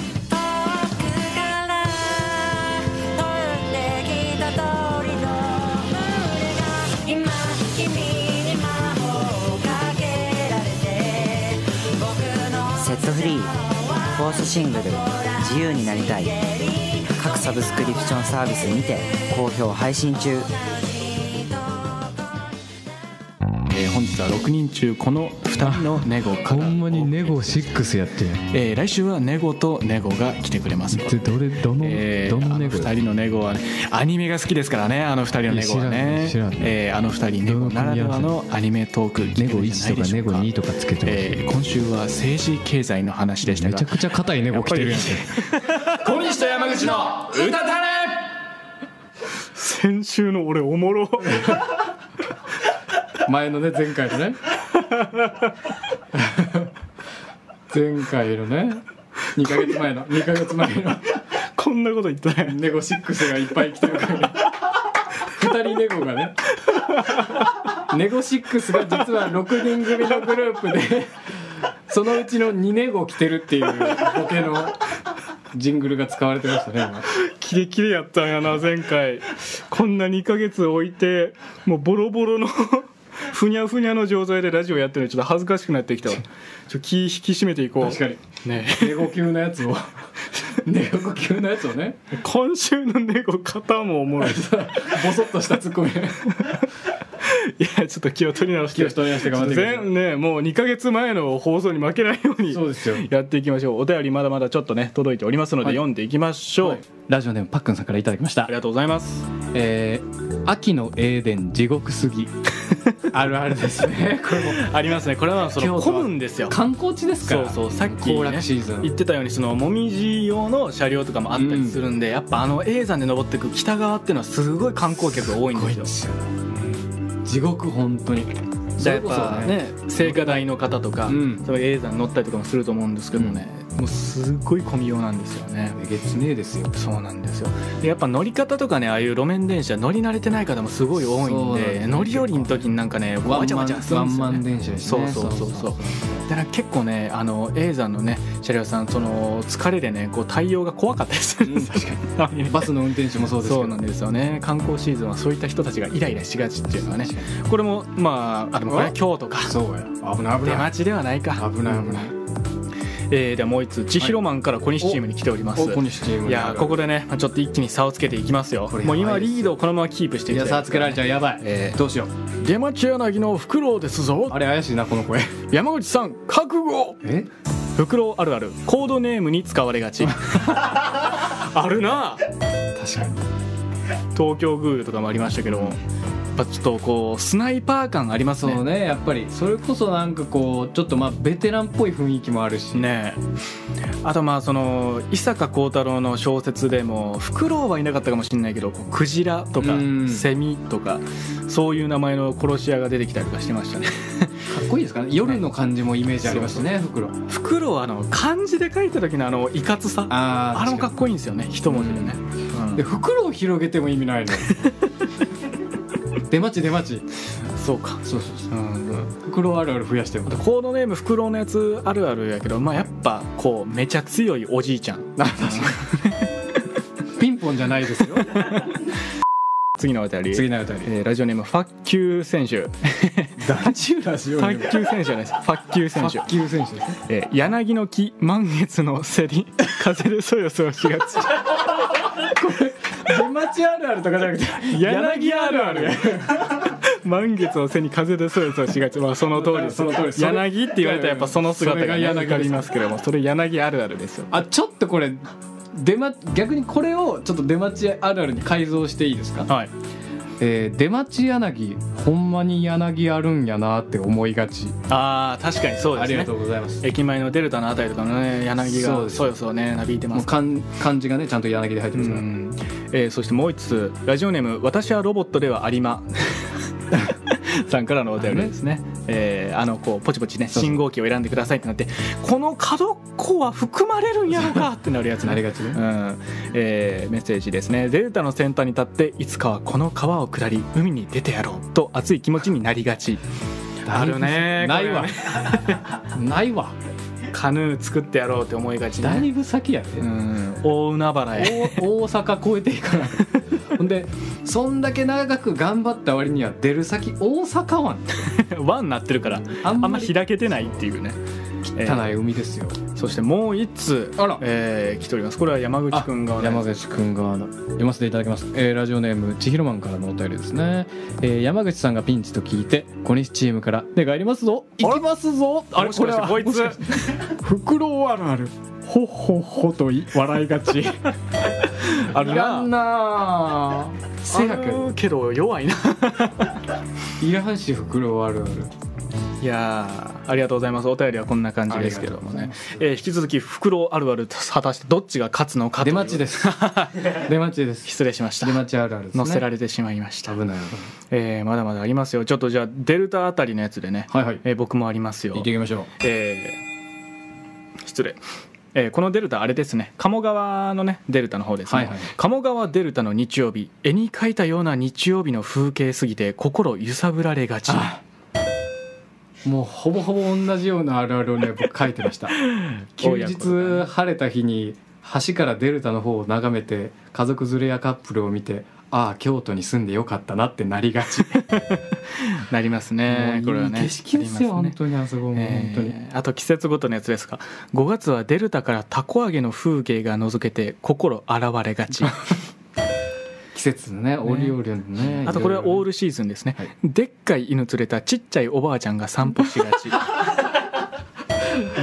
[SPEAKER 4] 「から通ってきた通りの胸が今君に魔法をかけられて」「僕の
[SPEAKER 5] セットフリーフォースシングル「自由になりたい」各サブスクリプションサービスにて好評配信中
[SPEAKER 1] えー本日は6人中この2人のネゴから
[SPEAKER 2] 6やって
[SPEAKER 1] えー来週はネゴとネゴが来てくれますので
[SPEAKER 2] どれどの
[SPEAKER 1] えー、あの2人のネゴはねアニメが好きですからねあの2人のネゴはいね
[SPEAKER 2] や知らん知らん
[SPEAKER 1] えーあの2人ネゴならではのアニメトーク聞けるんじゃないでしょうか
[SPEAKER 2] とかつけ
[SPEAKER 1] えー今週は政治経済の話でしたが
[SPEAKER 2] くちゃ硬い猫
[SPEAKER 1] 来てるやんけ
[SPEAKER 2] 小西と山口の歌たれ
[SPEAKER 1] 先週の俺おもろ
[SPEAKER 2] 前のね前回のね前回のね2ヶ月前の2ヶ月前の
[SPEAKER 1] こんなこと言ってない
[SPEAKER 2] ネゴシックスがいっぱい来てるから2人ネゴがねネゴシックスが実は6人組のグループでそのうちの2ネゴ来てるっていうボケのジングルが使われてましたね今
[SPEAKER 1] キレキレやったんやな前回こんな2ヶ月置いてもうボロボロの ふにゃふにゃの錠剤でラジオやってるのちょっと恥ずかしくなってきたわちょっと気引き締めていこう
[SPEAKER 2] 確かに
[SPEAKER 1] ね
[SPEAKER 2] ネゴ級のやつをネゴ級のやつをね
[SPEAKER 1] え今週の猫肩もおもろい
[SPEAKER 2] ボソッとしたツッコミ
[SPEAKER 1] いやちょっと気を取り直して
[SPEAKER 2] 気を取り直して頑張っていきましょう
[SPEAKER 1] 全ねもう2か月前の放送に負けないように
[SPEAKER 2] そうですよ
[SPEAKER 1] やっていきましょうお便りまだまだちょっとね届いておりますので、
[SPEAKER 2] はい
[SPEAKER 1] 読んでいきましょう、
[SPEAKER 2] ラジオネームパックンさんからいただきまし
[SPEAKER 1] あ
[SPEAKER 2] た
[SPEAKER 1] り、がとうございます
[SPEAKER 2] えー秋のエーデン地獄すぎ あるあるですね これも
[SPEAKER 1] ありますねこれはそ
[SPEAKER 2] 京
[SPEAKER 1] の
[SPEAKER 2] 都は
[SPEAKER 1] 混むんですよ
[SPEAKER 2] 観光地ですか
[SPEAKER 1] そ
[SPEAKER 2] ら
[SPEAKER 1] うそうさっき、
[SPEAKER 2] 行楽
[SPEAKER 1] ね、
[SPEAKER 2] シーズン
[SPEAKER 1] 言ってたようにそのもみじ用の車両とかもあったりするんで、やっぱあの A 山で登ってく北側っていうのはすごい観光客が多いんですよ
[SPEAKER 2] す地獄本当に
[SPEAKER 1] じゃあやっぱね聖火台の方とか、
[SPEAKER 2] うん
[SPEAKER 1] その A 山乗ったりとかもすると思うんですけどね、もうすっごい混みようなんですよね
[SPEAKER 2] えげつねえですよ
[SPEAKER 1] そうなんですよでやっぱ乗り方とかねああいう路面電車乗り慣れてない方もすごい多いん
[SPEAKER 2] そうなん
[SPEAKER 1] で
[SPEAKER 2] ですよ
[SPEAKER 1] 乗り降りの時になんかね
[SPEAKER 2] ワ
[SPEAKER 1] わち
[SPEAKER 2] ン
[SPEAKER 1] ゃ
[SPEAKER 2] マ
[SPEAKER 1] わ
[SPEAKER 2] ン
[SPEAKER 1] ちゃするんですよ
[SPEAKER 2] ワンマン
[SPEAKER 1] ね
[SPEAKER 2] 電車です
[SPEAKER 1] そう
[SPEAKER 2] ね
[SPEAKER 1] そうそうそうだから結構ねあの A さんのね車両さんその疲れでねこう対応が怖かったりするんですよ
[SPEAKER 2] 確か に
[SPEAKER 1] たまにね
[SPEAKER 2] バスの運転手もそうですけど
[SPEAKER 1] そうなんですよね観光シーズンはそういった人たちがイライラしがちっていうのはねこれもまああでもこれは京都か
[SPEAKER 2] そうや危ない危
[SPEAKER 1] 出
[SPEAKER 2] ない
[SPEAKER 1] 待ちではないか
[SPEAKER 2] 危ない危ない
[SPEAKER 1] えーではもう一つ千尋マンから小西チームに来ております、
[SPEAKER 2] おこにして
[SPEAKER 1] いやーここでねまあちょっと一気に差をつけていきますよ
[SPEAKER 2] これや
[SPEAKER 1] も
[SPEAKER 2] ば
[SPEAKER 1] う
[SPEAKER 2] いです
[SPEAKER 1] 今リードをこのままキープしていき
[SPEAKER 2] い
[SPEAKER 1] た
[SPEAKER 2] や
[SPEAKER 1] い
[SPEAKER 2] さあつけられちゃうやばい、
[SPEAKER 1] えー
[SPEAKER 2] どうしよう
[SPEAKER 1] 出町柳のフクロウですぞ
[SPEAKER 2] あれ怪しいなこの声
[SPEAKER 1] 山口さん覚悟
[SPEAKER 2] え
[SPEAKER 1] フクロウあるあるコードネームに使われ がちあるな
[SPEAKER 2] 確かに
[SPEAKER 1] 東京グールとかもありましたけどもやっぱちょっとこうスナイパー感ありますね
[SPEAKER 2] そうねやっぱりそれこそなんかこうちょっとまあベテランっぽい雰囲気もあるし、
[SPEAKER 1] ねえあとまあその伊坂幸太郎の小説でもフクロウはいなかったかもしれないけどこうクジラとか
[SPEAKER 2] うん
[SPEAKER 1] セミとかそういう名前の殺し屋が出てきたりとかしてましたね
[SPEAKER 2] かっこいいですかね夜の感じもイメージありますね袋
[SPEAKER 1] フクロウはあの漢字で書いた時のあのいかつさあ
[SPEAKER 2] あー
[SPEAKER 1] れもかっ
[SPEAKER 2] 確
[SPEAKER 1] こいいんですよね一文字でね、うん
[SPEAKER 2] で袋を広げても意味ない の出待ち出待ち
[SPEAKER 1] そうか
[SPEAKER 2] そうそうそう
[SPEAKER 1] うん
[SPEAKER 2] 袋あるある増やしても
[SPEAKER 1] あとコードネームフクロウのやつあるあるやけどまあやっぱこうめちゃ強いおじいちゃん
[SPEAKER 2] あ確かに ピンポンじゃないですよ
[SPEAKER 1] 次のお便り
[SPEAKER 2] 次のあたり
[SPEAKER 1] えーラジオネームファッキュー選手フ
[SPEAKER 2] ダチュラジ オ
[SPEAKER 1] ァッキュー選手じゃないですファッキュー選手
[SPEAKER 2] 卓球選手ですね
[SPEAKER 1] えー柳の木満月のせり 風でそよそよしがち
[SPEAKER 2] 出待ちあるあるとかじゃなく て
[SPEAKER 1] 柳ある
[SPEAKER 2] ある
[SPEAKER 1] 満月の背に風でそよそよしがち、まあ、その通りです
[SPEAKER 2] その通りそれ
[SPEAKER 1] 柳って言われたらやっぱその姿が,、
[SPEAKER 2] それが
[SPEAKER 1] ね、
[SPEAKER 2] 柳
[SPEAKER 1] わかりますけどもそれ柳あるあるですよ
[SPEAKER 2] あちょっとこれ出、ま、逆にこれをちょっと出待ちあるあるに改造していいですか、
[SPEAKER 1] はい
[SPEAKER 2] えー出待ち柳ほんまに柳あるんやなって思いがち、
[SPEAKER 1] あー確かにそう
[SPEAKER 2] あ
[SPEAKER 1] で
[SPEAKER 2] り
[SPEAKER 1] すね
[SPEAKER 2] がとうございます
[SPEAKER 1] 駅前のデルタのあたりとかのね柳
[SPEAKER 2] そう
[SPEAKER 1] が
[SPEAKER 2] です
[SPEAKER 1] そよそよねなびいてま
[SPEAKER 2] もう
[SPEAKER 1] す
[SPEAKER 2] 漢漢字がねちゃんと柳で入っ
[SPEAKER 1] う
[SPEAKER 2] てますから、
[SPEAKER 1] んえーそしてもう一つラジオネーム「私はロボットではあり ま」さんからのお便りですねえーあのこうポチポチね
[SPEAKER 2] そうそう
[SPEAKER 1] 信号機を選んでくださいってなってこの角っこは含まれるんやろか ってなるやつ
[SPEAKER 2] なり
[SPEAKER 1] ね
[SPEAKER 2] がちね
[SPEAKER 1] うんえーメッセージですねデルタの先端に立っていつかはこの川を下り海に出てやろうと熱い気持ちになりがちあるね
[SPEAKER 2] な
[SPEAKER 1] こ
[SPEAKER 2] い
[SPEAKER 1] れは
[SPEAKER 2] わ
[SPEAKER 1] ね
[SPEAKER 2] ないわ
[SPEAKER 1] カヌー作ってやろうって思いがち
[SPEAKER 2] だ
[SPEAKER 1] ね
[SPEAKER 2] いぶ先やで、
[SPEAKER 1] うん大海原へ
[SPEAKER 2] お大阪越えていかないほんでそんだけ長く頑張った割には出る先大阪湾
[SPEAKER 1] 輪になってるから
[SPEAKER 2] あ
[SPEAKER 1] あ
[SPEAKER 2] んま
[SPEAKER 1] んま
[SPEAKER 2] り
[SPEAKER 1] 開けてないっていうねえー
[SPEAKER 2] 汚い海ですよ、
[SPEAKER 1] そしてもう一通
[SPEAKER 2] あら
[SPEAKER 1] えー来ておりますこれは山口くんが
[SPEAKER 2] 山口くん側の読ませていただきます、えーラジオネームちひろまんからのお便りですね、えー山口さんがピンチと聞いて小西チームから「願いますぞ行きますぞ!」
[SPEAKER 1] あれこれはこいつ
[SPEAKER 2] 「フクロウあるある」ほっほっほとい笑いが ち
[SPEAKER 1] あ
[SPEAKER 2] い
[SPEAKER 1] る
[SPEAKER 2] らん
[SPEAKER 1] な
[SPEAKER 2] なあせやけ
[SPEAKER 1] あ
[SPEAKER 2] ど
[SPEAKER 1] るけど弱いな
[SPEAKER 2] いらんしフクロウあるある
[SPEAKER 1] いやーありがとうございますお便りはこんな感じですけども
[SPEAKER 2] あ
[SPEAKER 1] ね
[SPEAKER 2] りがとうございま、
[SPEAKER 1] えー引き続きフクロウあるあると果たしてどっちが勝つのかとい
[SPEAKER 2] 出
[SPEAKER 1] う
[SPEAKER 2] 待ちです 出待ちです
[SPEAKER 1] 失礼しました
[SPEAKER 2] 出待ちあるあるです、ね、
[SPEAKER 1] 載せられてしまいました、
[SPEAKER 2] 危ない
[SPEAKER 1] えーまだまだありますよちょっとじゃあデルタあたりのやつでね、
[SPEAKER 2] はいはい
[SPEAKER 1] えー僕もありますよ
[SPEAKER 2] 行っていきましょう
[SPEAKER 1] えー失礼、えーこのデルタあれですね鴨川のねデルタの方ですね、
[SPEAKER 2] はいはい
[SPEAKER 1] 鴨川デルタの日曜日絵に描いたような日曜日の風景すぎて心揺さぶられがち
[SPEAKER 2] あもうほぼほぼ同じようなあるあるをね僕書いてました 休
[SPEAKER 1] 親子と
[SPEAKER 2] 日晴れた日に橋からデルタの方を眺めて家族連れやカップルを見てああ京都に住んでよかったなってなりが ち、
[SPEAKER 1] なりますね
[SPEAKER 2] もう
[SPEAKER 1] これはね
[SPEAKER 2] いい景色ですよ
[SPEAKER 1] あります
[SPEAKER 2] 本
[SPEAKER 1] ね
[SPEAKER 2] 当にあそこも、
[SPEAKER 1] え
[SPEAKER 2] 本当に
[SPEAKER 1] ーあと季節ごとのやつですか5月はデルタからたこ揚げの風景が覗けて心洗われがち
[SPEAKER 2] 季節のね折々のね
[SPEAKER 1] あとこれはオー
[SPEAKER 2] ル
[SPEAKER 1] ルシーズンですね、
[SPEAKER 2] はい
[SPEAKER 1] でっかい犬連れたちっちゃいおばあちゃんが散歩しがち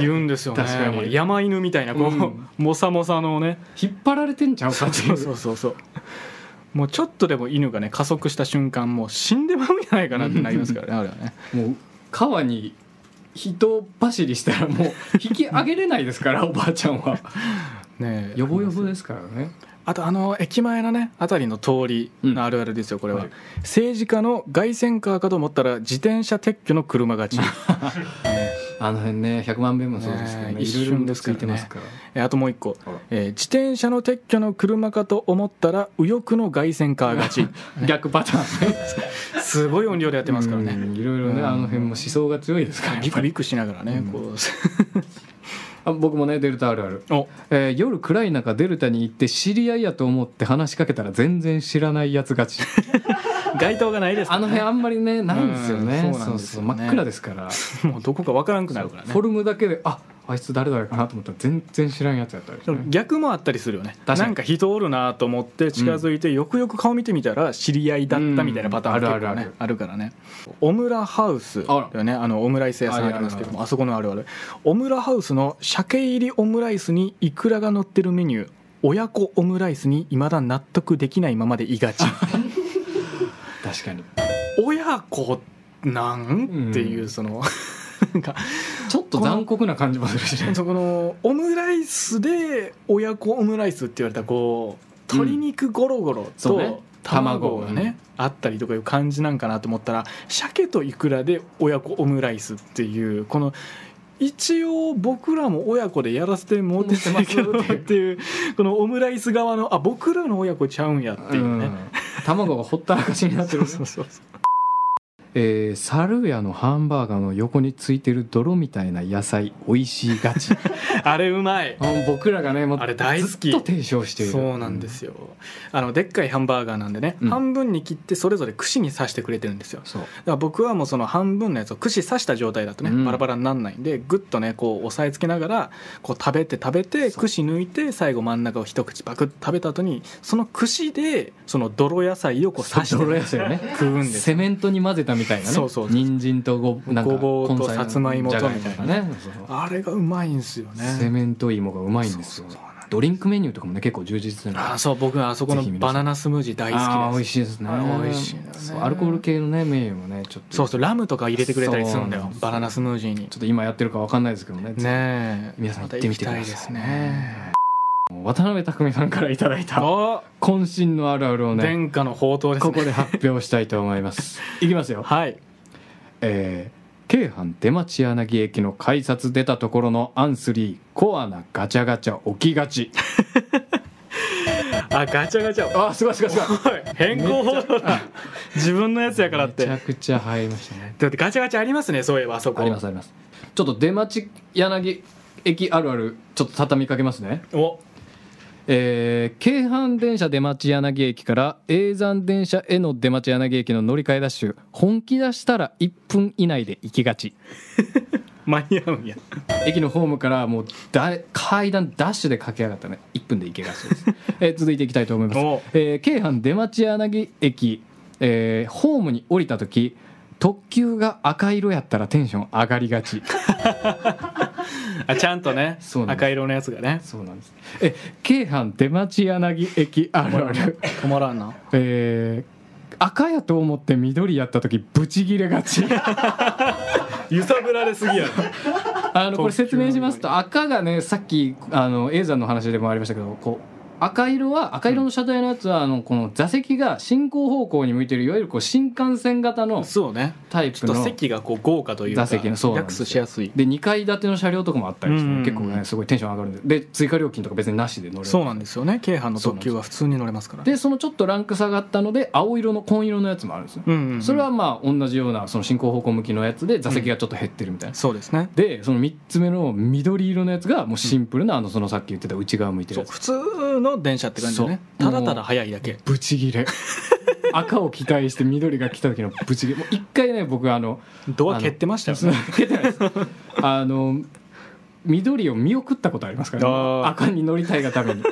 [SPEAKER 1] 言うんですよね
[SPEAKER 2] 確かに
[SPEAKER 1] 山犬みたいなこう、
[SPEAKER 2] うん
[SPEAKER 1] もさもさのね
[SPEAKER 2] 引っ張られてんちゃうかってい
[SPEAKER 1] そううそうそうそうもうちょっとでも犬がね加速した瞬間もう死んでまうんじゃないかなってなりますからねあれはね
[SPEAKER 2] もう川に人走りしたらもう引き上げれないですからおばあち ゃんは
[SPEAKER 1] ねえ
[SPEAKER 2] よぼよぼですからね
[SPEAKER 1] あとあの駅前のね辺りの通りのあるあるですよこれは、
[SPEAKER 2] はい
[SPEAKER 1] 政治家の凱旋カーかと思ったら自転車撤去の車勝ちね
[SPEAKER 2] あの辺ね100万遍もそうですけどね
[SPEAKER 1] ねえ
[SPEAKER 2] いろい
[SPEAKER 1] 一
[SPEAKER 2] ろ
[SPEAKER 1] 瞬
[SPEAKER 2] で
[SPEAKER 1] ですす
[SPEAKER 2] か、
[SPEAKER 1] かららね
[SPEAKER 2] ついてますから
[SPEAKER 1] えーあともう一個
[SPEAKER 2] あら、
[SPEAKER 1] えー自転車の撤去の車かと思ったら右翼の凱旋カー 勝
[SPEAKER 2] 逆パターンね
[SPEAKER 1] ちすごい音量でやってますからね
[SPEAKER 2] うんいろいろね
[SPEAKER 1] うん
[SPEAKER 2] あの辺も思想が強いですからやっぱり
[SPEAKER 1] ビクビクしながらね、
[SPEAKER 2] うん
[SPEAKER 1] こう
[SPEAKER 2] あ僕もねデルタあるある、
[SPEAKER 1] お
[SPEAKER 2] えー夜暗い中デルタに行って知り合いやと思って話しかけたら全然知らないやつ 勝ち
[SPEAKER 1] 街灯がないですか
[SPEAKER 2] あの
[SPEAKER 1] ら、ね、
[SPEAKER 2] 辺あんまりねないんですよね、
[SPEAKER 1] うんそうなん
[SPEAKER 2] そう
[SPEAKER 1] です
[SPEAKER 2] そ
[SPEAKER 1] よ
[SPEAKER 2] う
[SPEAKER 1] ね
[SPEAKER 2] 真っ暗ですから
[SPEAKER 1] もうどこかわからんくなるから
[SPEAKER 2] フォ
[SPEAKER 1] ね
[SPEAKER 2] ルムだけでああいつ誰だかなと思ったら全然知らんやつやったりしてね
[SPEAKER 1] 逆もあったりするよね
[SPEAKER 2] 確かに
[SPEAKER 1] なんか人おるなと思って近づいて、よくよく顔見てみたら知り合いだったみたいなパターン
[SPEAKER 2] うん
[SPEAKER 1] が結構
[SPEAKER 2] あるあるあ
[SPEAKER 1] ね、
[SPEAKER 2] る
[SPEAKER 1] あるからねオムラハウスだよねあのオムライス屋さんありますけどもあそこのあるあるオムラハウスの鮭入りオムライスにイクラが乗ってるメニュー親子オムライスにいまだ納得できないままでいが ち
[SPEAKER 2] 確かに
[SPEAKER 1] 親子なんっていううんその なんか
[SPEAKER 2] ちょっと残酷な感じもするしね
[SPEAKER 1] そこのオムライスで親子オムライスって言われたらこう
[SPEAKER 2] うん
[SPEAKER 1] 鶏肉ゴロゴロ
[SPEAKER 2] そうね
[SPEAKER 1] と卵がね,、
[SPEAKER 2] 卵
[SPEAKER 1] あったりとかいう感じなんかなと思ったら鮭とイクラで親子オムライスっていうこの一応僕らも親子でやらせてもらってたけど
[SPEAKER 2] 思
[SPEAKER 1] っ
[SPEAKER 2] ってます
[SPEAKER 1] ていうこのオムライス側のあ僕らの親子ちゃうんやっていう
[SPEAKER 2] う
[SPEAKER 1] ね
[SPEAKER 2] ん、卵がほったらかしになって
[SPEAKER 1] そ
[SPEAKER 2] る
[SPEAKER 1] うそうそうそう
[SPEAKER 2] えー、サルヤのハンバーガーの横についてる泥みたいな野菜美味しいが ち
[SPEAKER 1] あれうまい
[SPEAKER 2] あ僕らがねもう
[SPEAKER 1] あれ大好き
[SPEAKER 2] ずっと提唱している
[SPEAKER 1] そうなんですよあのでっかいハンバーガーなんでね、
[SPEAKER 2] うん
[SPEAKER 1] 半分に切ってそれぞれ串に刺してくれてるんですよ
[SPEAKER 2] そう
[SPEAKER 1] だから僕はもうその半分のやつを串刺した状態だとね、
[SPEAKER 2] うん
[SPEAKER 1] バラバラになんないんでグッとねこう押さえつけながらこう食べて食べて
[SPEAKER 2] そう
[SPEAKER 1] 串抜いて最後真ん中を一口パクッと食べた後にその串でその泥野菜をこう刺して
[SPEAKER 2] 泥野菜をね
[SPEAKER 1] 食うんです
[SPEAKER 2] セメントに混ぜたみたいなね
[SPEAKER 1] そうそうそう
[SPEAKER 2] 人参とごなんか
[SPEAKER 1] ごぼうと
[SPEAKER 2] 根菜の
[SPEAKER 1] さつまいもと
[SPEAKER 2] じゃがとかねそう
[SPEAKER 1] あれがうまいんですよね
[SPEAKER 2] セメント芋がうまいんです
[SPEAKER 1] そう
[SPEAKER 2] よ
[SPEAKER 1] そうそうなんです
[SPEAKER 2] ドリンクメニューとかもね結構充実するの
[SPEAKER 1] あそう僕はあそこの
[SPEAKER 2] ぜひ皆さ
[SPEAKER 1] バ
[SPEAKER 2] ん
[SPEAKER 1] ナナスムージー大
[SPEAKER 2] あー
[SPEAKER 1] 好き
[SPEAKER 2] 美
[SPEAKER 1] で
[SPEAKER 2] 味
[SPEAKER 1] す
[SPEAKER 2] しいですね
[SPEAKER 1] あ美味しいよね
[SPEAKER 2] そうアルコール系のねメニューもねちょっと
[SPEAKER 1] そうそうラムとか入れてくれたりするんだ
[SPEAKER 2] そう
[SPEAKER 1] よ
[SPEAKER 2] なんですよ
[SPEAKER 1] バナナスムージーに
[SPEAKER 2] ちょっと今やってるかわかんないですけどね
[SPEAKER 1] ねえ
[SPEAKER 2] 皆さん行ってみてください
[SPEAKER 1] また行きたいですね
[SPEAKER 2] 渡辺匠さんからいただいた
[SPEAKER 1] あ
[SPEAKER 2] 渾身のあるあるをね
[SPEAKER 1] 殿下の宝刀です
[SPEAKER 2] こ
[SPEAKER 1] ね
[SPEAKER 2] こで発表したいと思います いきますよ
[SPEAKER 1] はい
[SPEAKER 2] えー京阪出町柳駅の改札出たところのアンスリーコアなガチャガチャ起きがち
[SPEAKER 1] あガチャガチャ
[SPEAKER 2] あーすごいすごいすごい
[SPEAKER 1] 変更報道だ自分のやつやからっ
[SPEAKER 2] めちゃ
[SPEAKER 1] て
[SPEAKER 2] くちゃ入りましたね
[SPEAKER 1] だってガチャガチャありますねそういえばあそこ
[SPEAKER 2] ありますありますちょっと出町柳駅あるあるちょっと畳みかけますね
[SPEAKER 1] お
[SPEAKER 2] えー京阪電車出町柳駅から永山電車への出町柳駅の乗り換えダッシュ本気出したら1分以内で行きがち
[SPEAKER 1] 間に合うんや
[SPEAKER 2] 駅のホームからもうだ階段ダッシュで駆け上がったね1分で行けがちです、えー続いていきたいと思います
[SPEAKER 1] お、
[SPEAKER 2] えー京阪出町柳駅、えーホームに降りた時特急が赤色やったらテンション上がりがち
[SPEAKER 1] あちゃんとね
[SPEAKER 2] そうなんです
[SPEAKER 1] 赤色のやつがね
[SPEAKER 2] そうなんですえ京阪出町柳駅あるある
[SPEAKER 1] 止まらんな
[SPEAKER 2] えー赤やと思って緑やった時ブチギレ がち
[SPEAKER 1] 揺さぶられすぎやろ
[SPEAKER 2] あのこれ説明しますと赤がねさっきあの永山の話でもありましたけどこう赤色は赤色の車体のやつは、あのこの座席が進行方向に向いてるいわゆるこう新幹線型 の
[SPEAKER 1] そうね
[SPEAKER 2] タイ
[SPEAKER 1] ち
[SPEAKER 2] プ
[SPEAKER 1] ょっ
[SPEAKER 2] の
[SPEAKER 1] と席がこう豪華というか
[SPEAKER 2] 座席のそうな
[SPEAKER 1] リラッ
[SPEAKER 2] んで
[SPEAKER 1] ク
[SPEAKER 2] すよ
[SPEAKER 1] スしやすい
[SPEAKER 2] で2階建ての車両とかもあったり
[SPEAKER 1] う
[SPEAKER 2] して、
[SPEAKER 1] んうんうん
[SPEAKER 2] 結構ねすごいテンション上がるんでで追加料金とか別になしで乗れる
[SPEAKER 1] そうなんですよね京阪の特急は普通に乗れますから
[SPEAKER 2] でそのちょっとランク下がったので青色の紺色のやつもあるんですよ、
[SPEAKER 1] うんうんうん
[SPEAKER 2] それはまあ同じようなその進行方向向きのやつで座席がちょっと減ってるみたいな、
[SPEAKER 1] そうですね
[SPEAKER 2] でその3つ目の緑色のやつがもうシンプルな、あのそのさっき言ってた内側向いてる
[SPEAKER 1] そう
[SPEAKER 2] やつ
[SPEAKER 1] 普通の電車って感じだね
[SPEAKER 2] そう
[SPEAKER 1] ただただ速いだけ
[SPEAKER 2] ブチギ レ赤を期待して緑が来た時のブチギレもう一回ね僕あの
[SPEAKER 1] ドア蹴ってましたよ
[SPEAKER 2] そ の
[SPEAKER 1] ね
[SPEAKER 2] 受けてないですあの緑を見送ったことありますから、
[SPEAKER 1] あー
[SPEAKER 2] 赤に乗りたいがために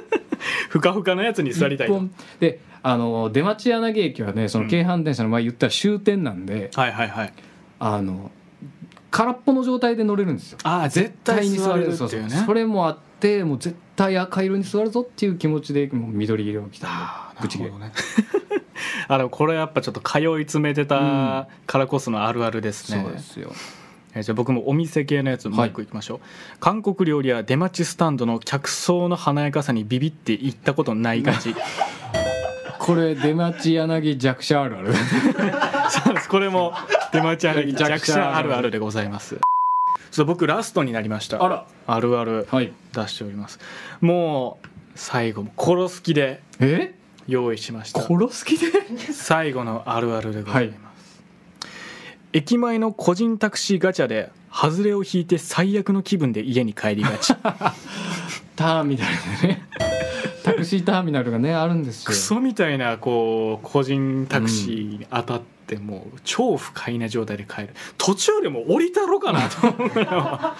[SPEAKER 1] ふかふかのやつに座りたい
[SPEAKER 2] 一
[SPEAKER 1] と
[SPEAKER 2] 本であの出町柳駅はねその京阪電車の前言ったら終点なんで、
[SPEAKER 1] はいはいはい
[SPEAKER 2] あの空っぽの状態で乗れるんですよ
[SPEAKER 1] ああ絶対に座れるっていうね
[SPEAKER 2] そうそうそれもあってもう絶対赤色に座るぞっていう気持ちでもう緑色を着た
[SPEAKER 1] あー
[SPEAKER 2] んでブチギ
[SPEAKER 1] なる
[SPEAKER 2] レ
[SPEAKER 1] ほどね あでもこれやっぱちょっと通い詰めてたからこそのあるあるですね、
[SPEAKER 2] そうですよ
[SPEAKER 1] えじゃあ僕もお店系のやつもう一個いきましょう、韓国料理や出待ちスタンドの客層の華やかさにビビって行ったことない感 じ
[SPEAKER 2] これ出町柳弱者あるある
[SPEAKER 1] そうですこれも出待ちある
[SPEAKER 2] 弱者
[SPEAKER 1] 弱者あるあるでございますちょっと僕ラストになりました
[SPEAKER 2] あら
[SPEAKER 1] あるある
[SPEAKER 2] はい
[SPEAKER 1] 出しておりますもう最後殺す気で
[SPEAKER 2] え
[SPEAKER 1] 用意しました
[SPEAKER 2] 殺す気で
[SPEAKER 1] 最後のあるあるでございます、駅前の個人タクシーガチャで外れを引いて最悪の気分で家に帰りがち
[SPEAKER 2] ターミナルでね タクシーターミナルがねあるんですよ
[SPEAKER 1] クソみたいなこう個人タクシーに当たってもう超不快な状態で帰る途中でもう降りたろかなと思うよ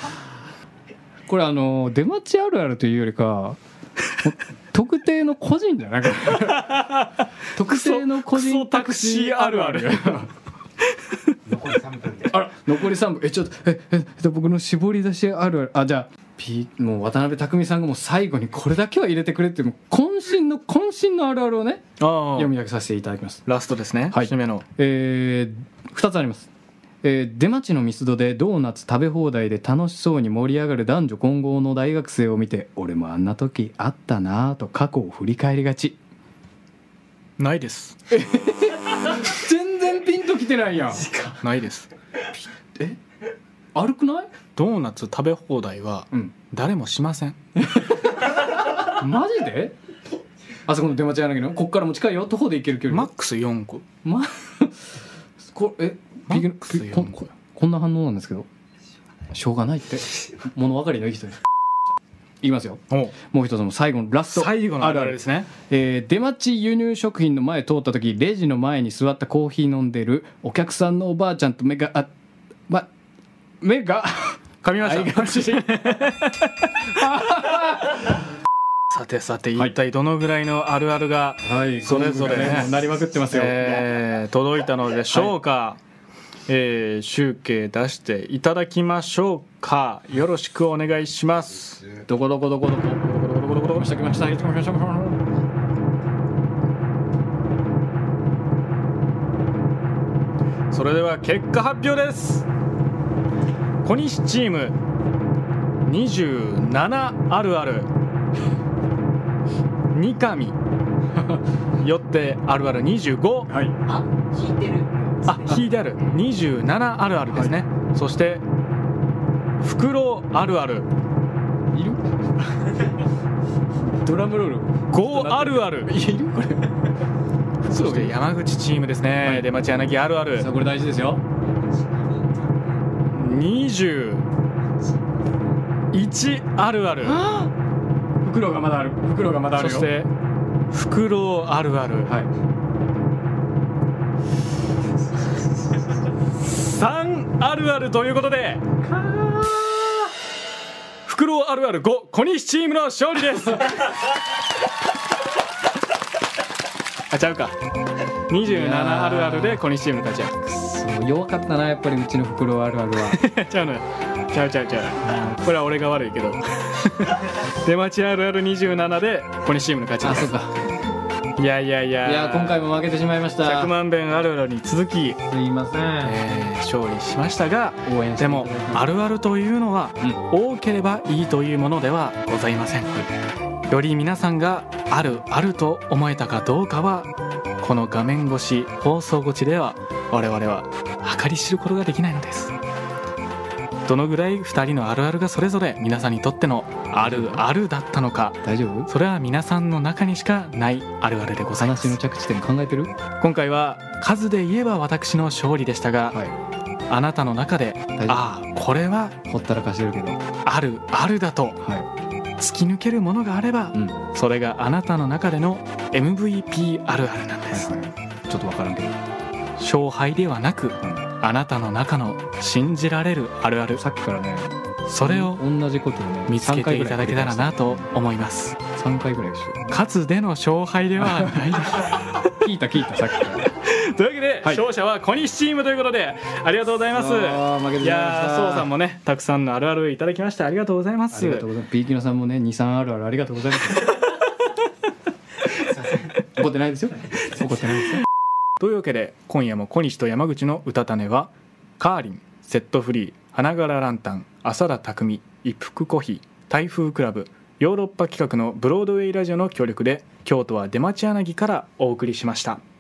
[SPEAKER 2] これあの出待ちあるあるというよりかもう特定の個人じゃなくて 特定の個人
[SPEAKER 1] クソタクシーあるある
[SPEAKER 6] 残り3分で
[SPEAKER 2] あら残り3分えちょっとえええっと僕の絞り出しあるあるあじゃあ、P、もう渡辺匠さんがもう最後にこれだけは入れてくれっていうもう渾身の渾身のあるあるをね
[SPEAKER 1] あ
[SPEAKER 2] 読み
[SPEAKER 1] あ
[SPEAKER 2] 上げさせていただきます
[SPEAKER 1] ラストですね、
[SPEAKER 2] はい
[SPEAKER 1] 締めの
[SPEAKER 2] えー、2つあります、えー出待ちのミスドでドーナツ食べ放題で楽しそうに盛り上がる男女混合の大学生を見て俺もあんな時あったなぁと過去を振り返りがち
[SPEAKER 1] ないです
[SPEAKER 2] 全然ピンときてないやん
[SPEAKER 1] ないです
[SPEAKER 2] 悪くない
[SPEAKER 1] ドーナツ食べ放題は
[SPEAKER 2] うん
[SPEAKER 1] 誰もしません
[SPEAKER 2] マジであそこの出待ち柳のこっからも近いよ徒歩で行ける距離
[SPEAKER 1] マックス4個
[SPEAKER 2] まこえ
[SPEAKER 1] マックス
[SPEAKER 2] ピこ
[SPEAKER 1] 4個
[SPEAKER 2] ここんな反応なんですけどしょうがないって物分かりのいい人ですいきますよ
[SPEAKER 1] お
[SPEAKER 2] もう一つの最後のラスト
[SPEAKER 1] 最後のあるあるですね
[SPEAKER 2] えー出待ち輸入食品の前通った時レジの前に座ったコーヒー飲んでるお客さんのおばあちゃんと目があま目が
[SPEAKER 1] 噛みま
[SPEAKER 2] 合い
[SPEAKER 1] した
[SPEAKER 2] がち
[SPEAKER 1] さてさて
[SPEAKER 2] はい
[SPEAKER 1] 一体どのぐらいのあるあるが、
[SPEAKER 2] はい
[SPEAKER 1] それぞれね
[SPEAKER 2] もうなりまくってますよ、
[SPEAKER 1] えー届いたのでしょうか、えー集計出していただきましょうかよろしくお願いします
[SPEAKER 2] どこどこどこどこどこどこどこどこ来ました来ました来ました来ました
[SPEAKER 1] それでは結果発表です小西チーム27あるある三 上よってあるある25
[SPEAKER 2] はい
[SPEAKER 6] あ引いてる
[SPEAKER 1] あ引いてある27あるあるですね、そして袋あるある
[SPEAKER 2] いるドラムロール
[SPEAKER 1] 5あるある
[SPEAKER 2] いるこれ
[SPEAKER 1] そして山口チームですね、
[SPEAKER 2] はい
[SPEAKER 1] 出町柳あるある
[SPEAKER 2] さあこれ大事ですよ
[SPEAKER 1] 21あるある
[SPEAKER 2] 袋がまだある袋がまだある
[SPEAKER 1] そ
[SPEAKER 2] よ
[SPEAKER 1] して袋あるある
[SPEAKER 2] はい
[SPEAKER 1] 3あるあるということで袋あるある5小西チームの勝利です あちゃうか27あるあるで小西チームの勝ちや
[SPEAKER 2] そう弱かったなやっぱりうちの袋あるあるは
[SPEAKER 1] ちゃうのよちゃうちゃうちゃうこれは俺が悪いけ ど出待ちあるある27で小西チームの勝ち
[SPEAKER 2] あ
[SPEAKER 1] です
[SPEAKER 2] そうか
[SPEAKER 1] いやいやいや
[SPEAKER 2] いやー今回も負けてしまいました
[SPEAKER 1] 100万遍あるあるに続き、え
[SPEAKER 2] すいません
[SPEAKER 1] ー勝利しましたが
[SPEAKER 2] 応援して
[SPEAKER 1] でもあるあるというのは、多ければいいというものではございませんより皆さんがあるあると思えたかどうかはこの画面越し放送越しでは我々は計り知ることができないのですどのぐらい2人のあるあるがそれぞれ皆さんにとってのあるあるだったのか
[SPEAKER 2] 大丈夫
[SPEAKER 1] それは皆さんの中にしかないあるあるでございます
[SPEAKER 2] 話の着地点考えてるは
[SPEAKER 1] 今回は数で言えば私の勝利でしたが、
[SPEAKER 2] い
[SPEAKER 1] あなたの中で
[SPEAKER 2] 大丈
[SPEAKER 1] ああこれは
[SPEAKER 2] 夫ほったらかしてるけど
[SPEAKER 1] あるあるだと
[SPEAKER 2] は
[SPEAKER 1] 突き抜けるものがあれば、
[SPEAKER 2] うん
[SPEAKER 1] それがあなたの中での MVP あるあるなんです、
[SPEAKER 2] いちょっとわからんけど
[SPEAKER 1] 勝敗ではなくあなたの中の信じられるあるある
[SPEAKER 2] さっきからね
[SPEAKER 1] それを
[SPEAKER 2] 同じことをね
[SPEAKER 1] 見つけていただけたらなと思います
[SPEAKER 2] 3回ぐらいでし
[SPEAKER 1] 数での勝敗ではないです
[SPEAKER 2] ょ聞いた聞いたさっき から
[SPEAKER 1] というわけで、
[SPEAKER 2] はい
[SPEAKER 1] 勝者は小西チームということでありがとうございます
[SPEAKER 2] あー負けて
[SPEAKER 1] い
[SPEAKER 2] しまいました
[SPEAKER 1] やーそうさんもねたくさんのあるあるいただきましてありがとうございま
[SPEAKER 2] あ
[SPEAKER 1] す
[SPEAKER 2] りがとうございますピーキノさんもね23あるあるありがとうございます 怒ってないですよ怒ってないですよ
[SPEAKER 1] というわけで今夜も小西と山口の歌種は「カーリン」「セットフリー」「花柄ランタン」「浅田匠」「一服コーヒー」「台風クラブ」ヨーロッパ企画のブロードウェイラジオの協力で京都は出町柳からお送りしました。
[SPEAKER 4] 「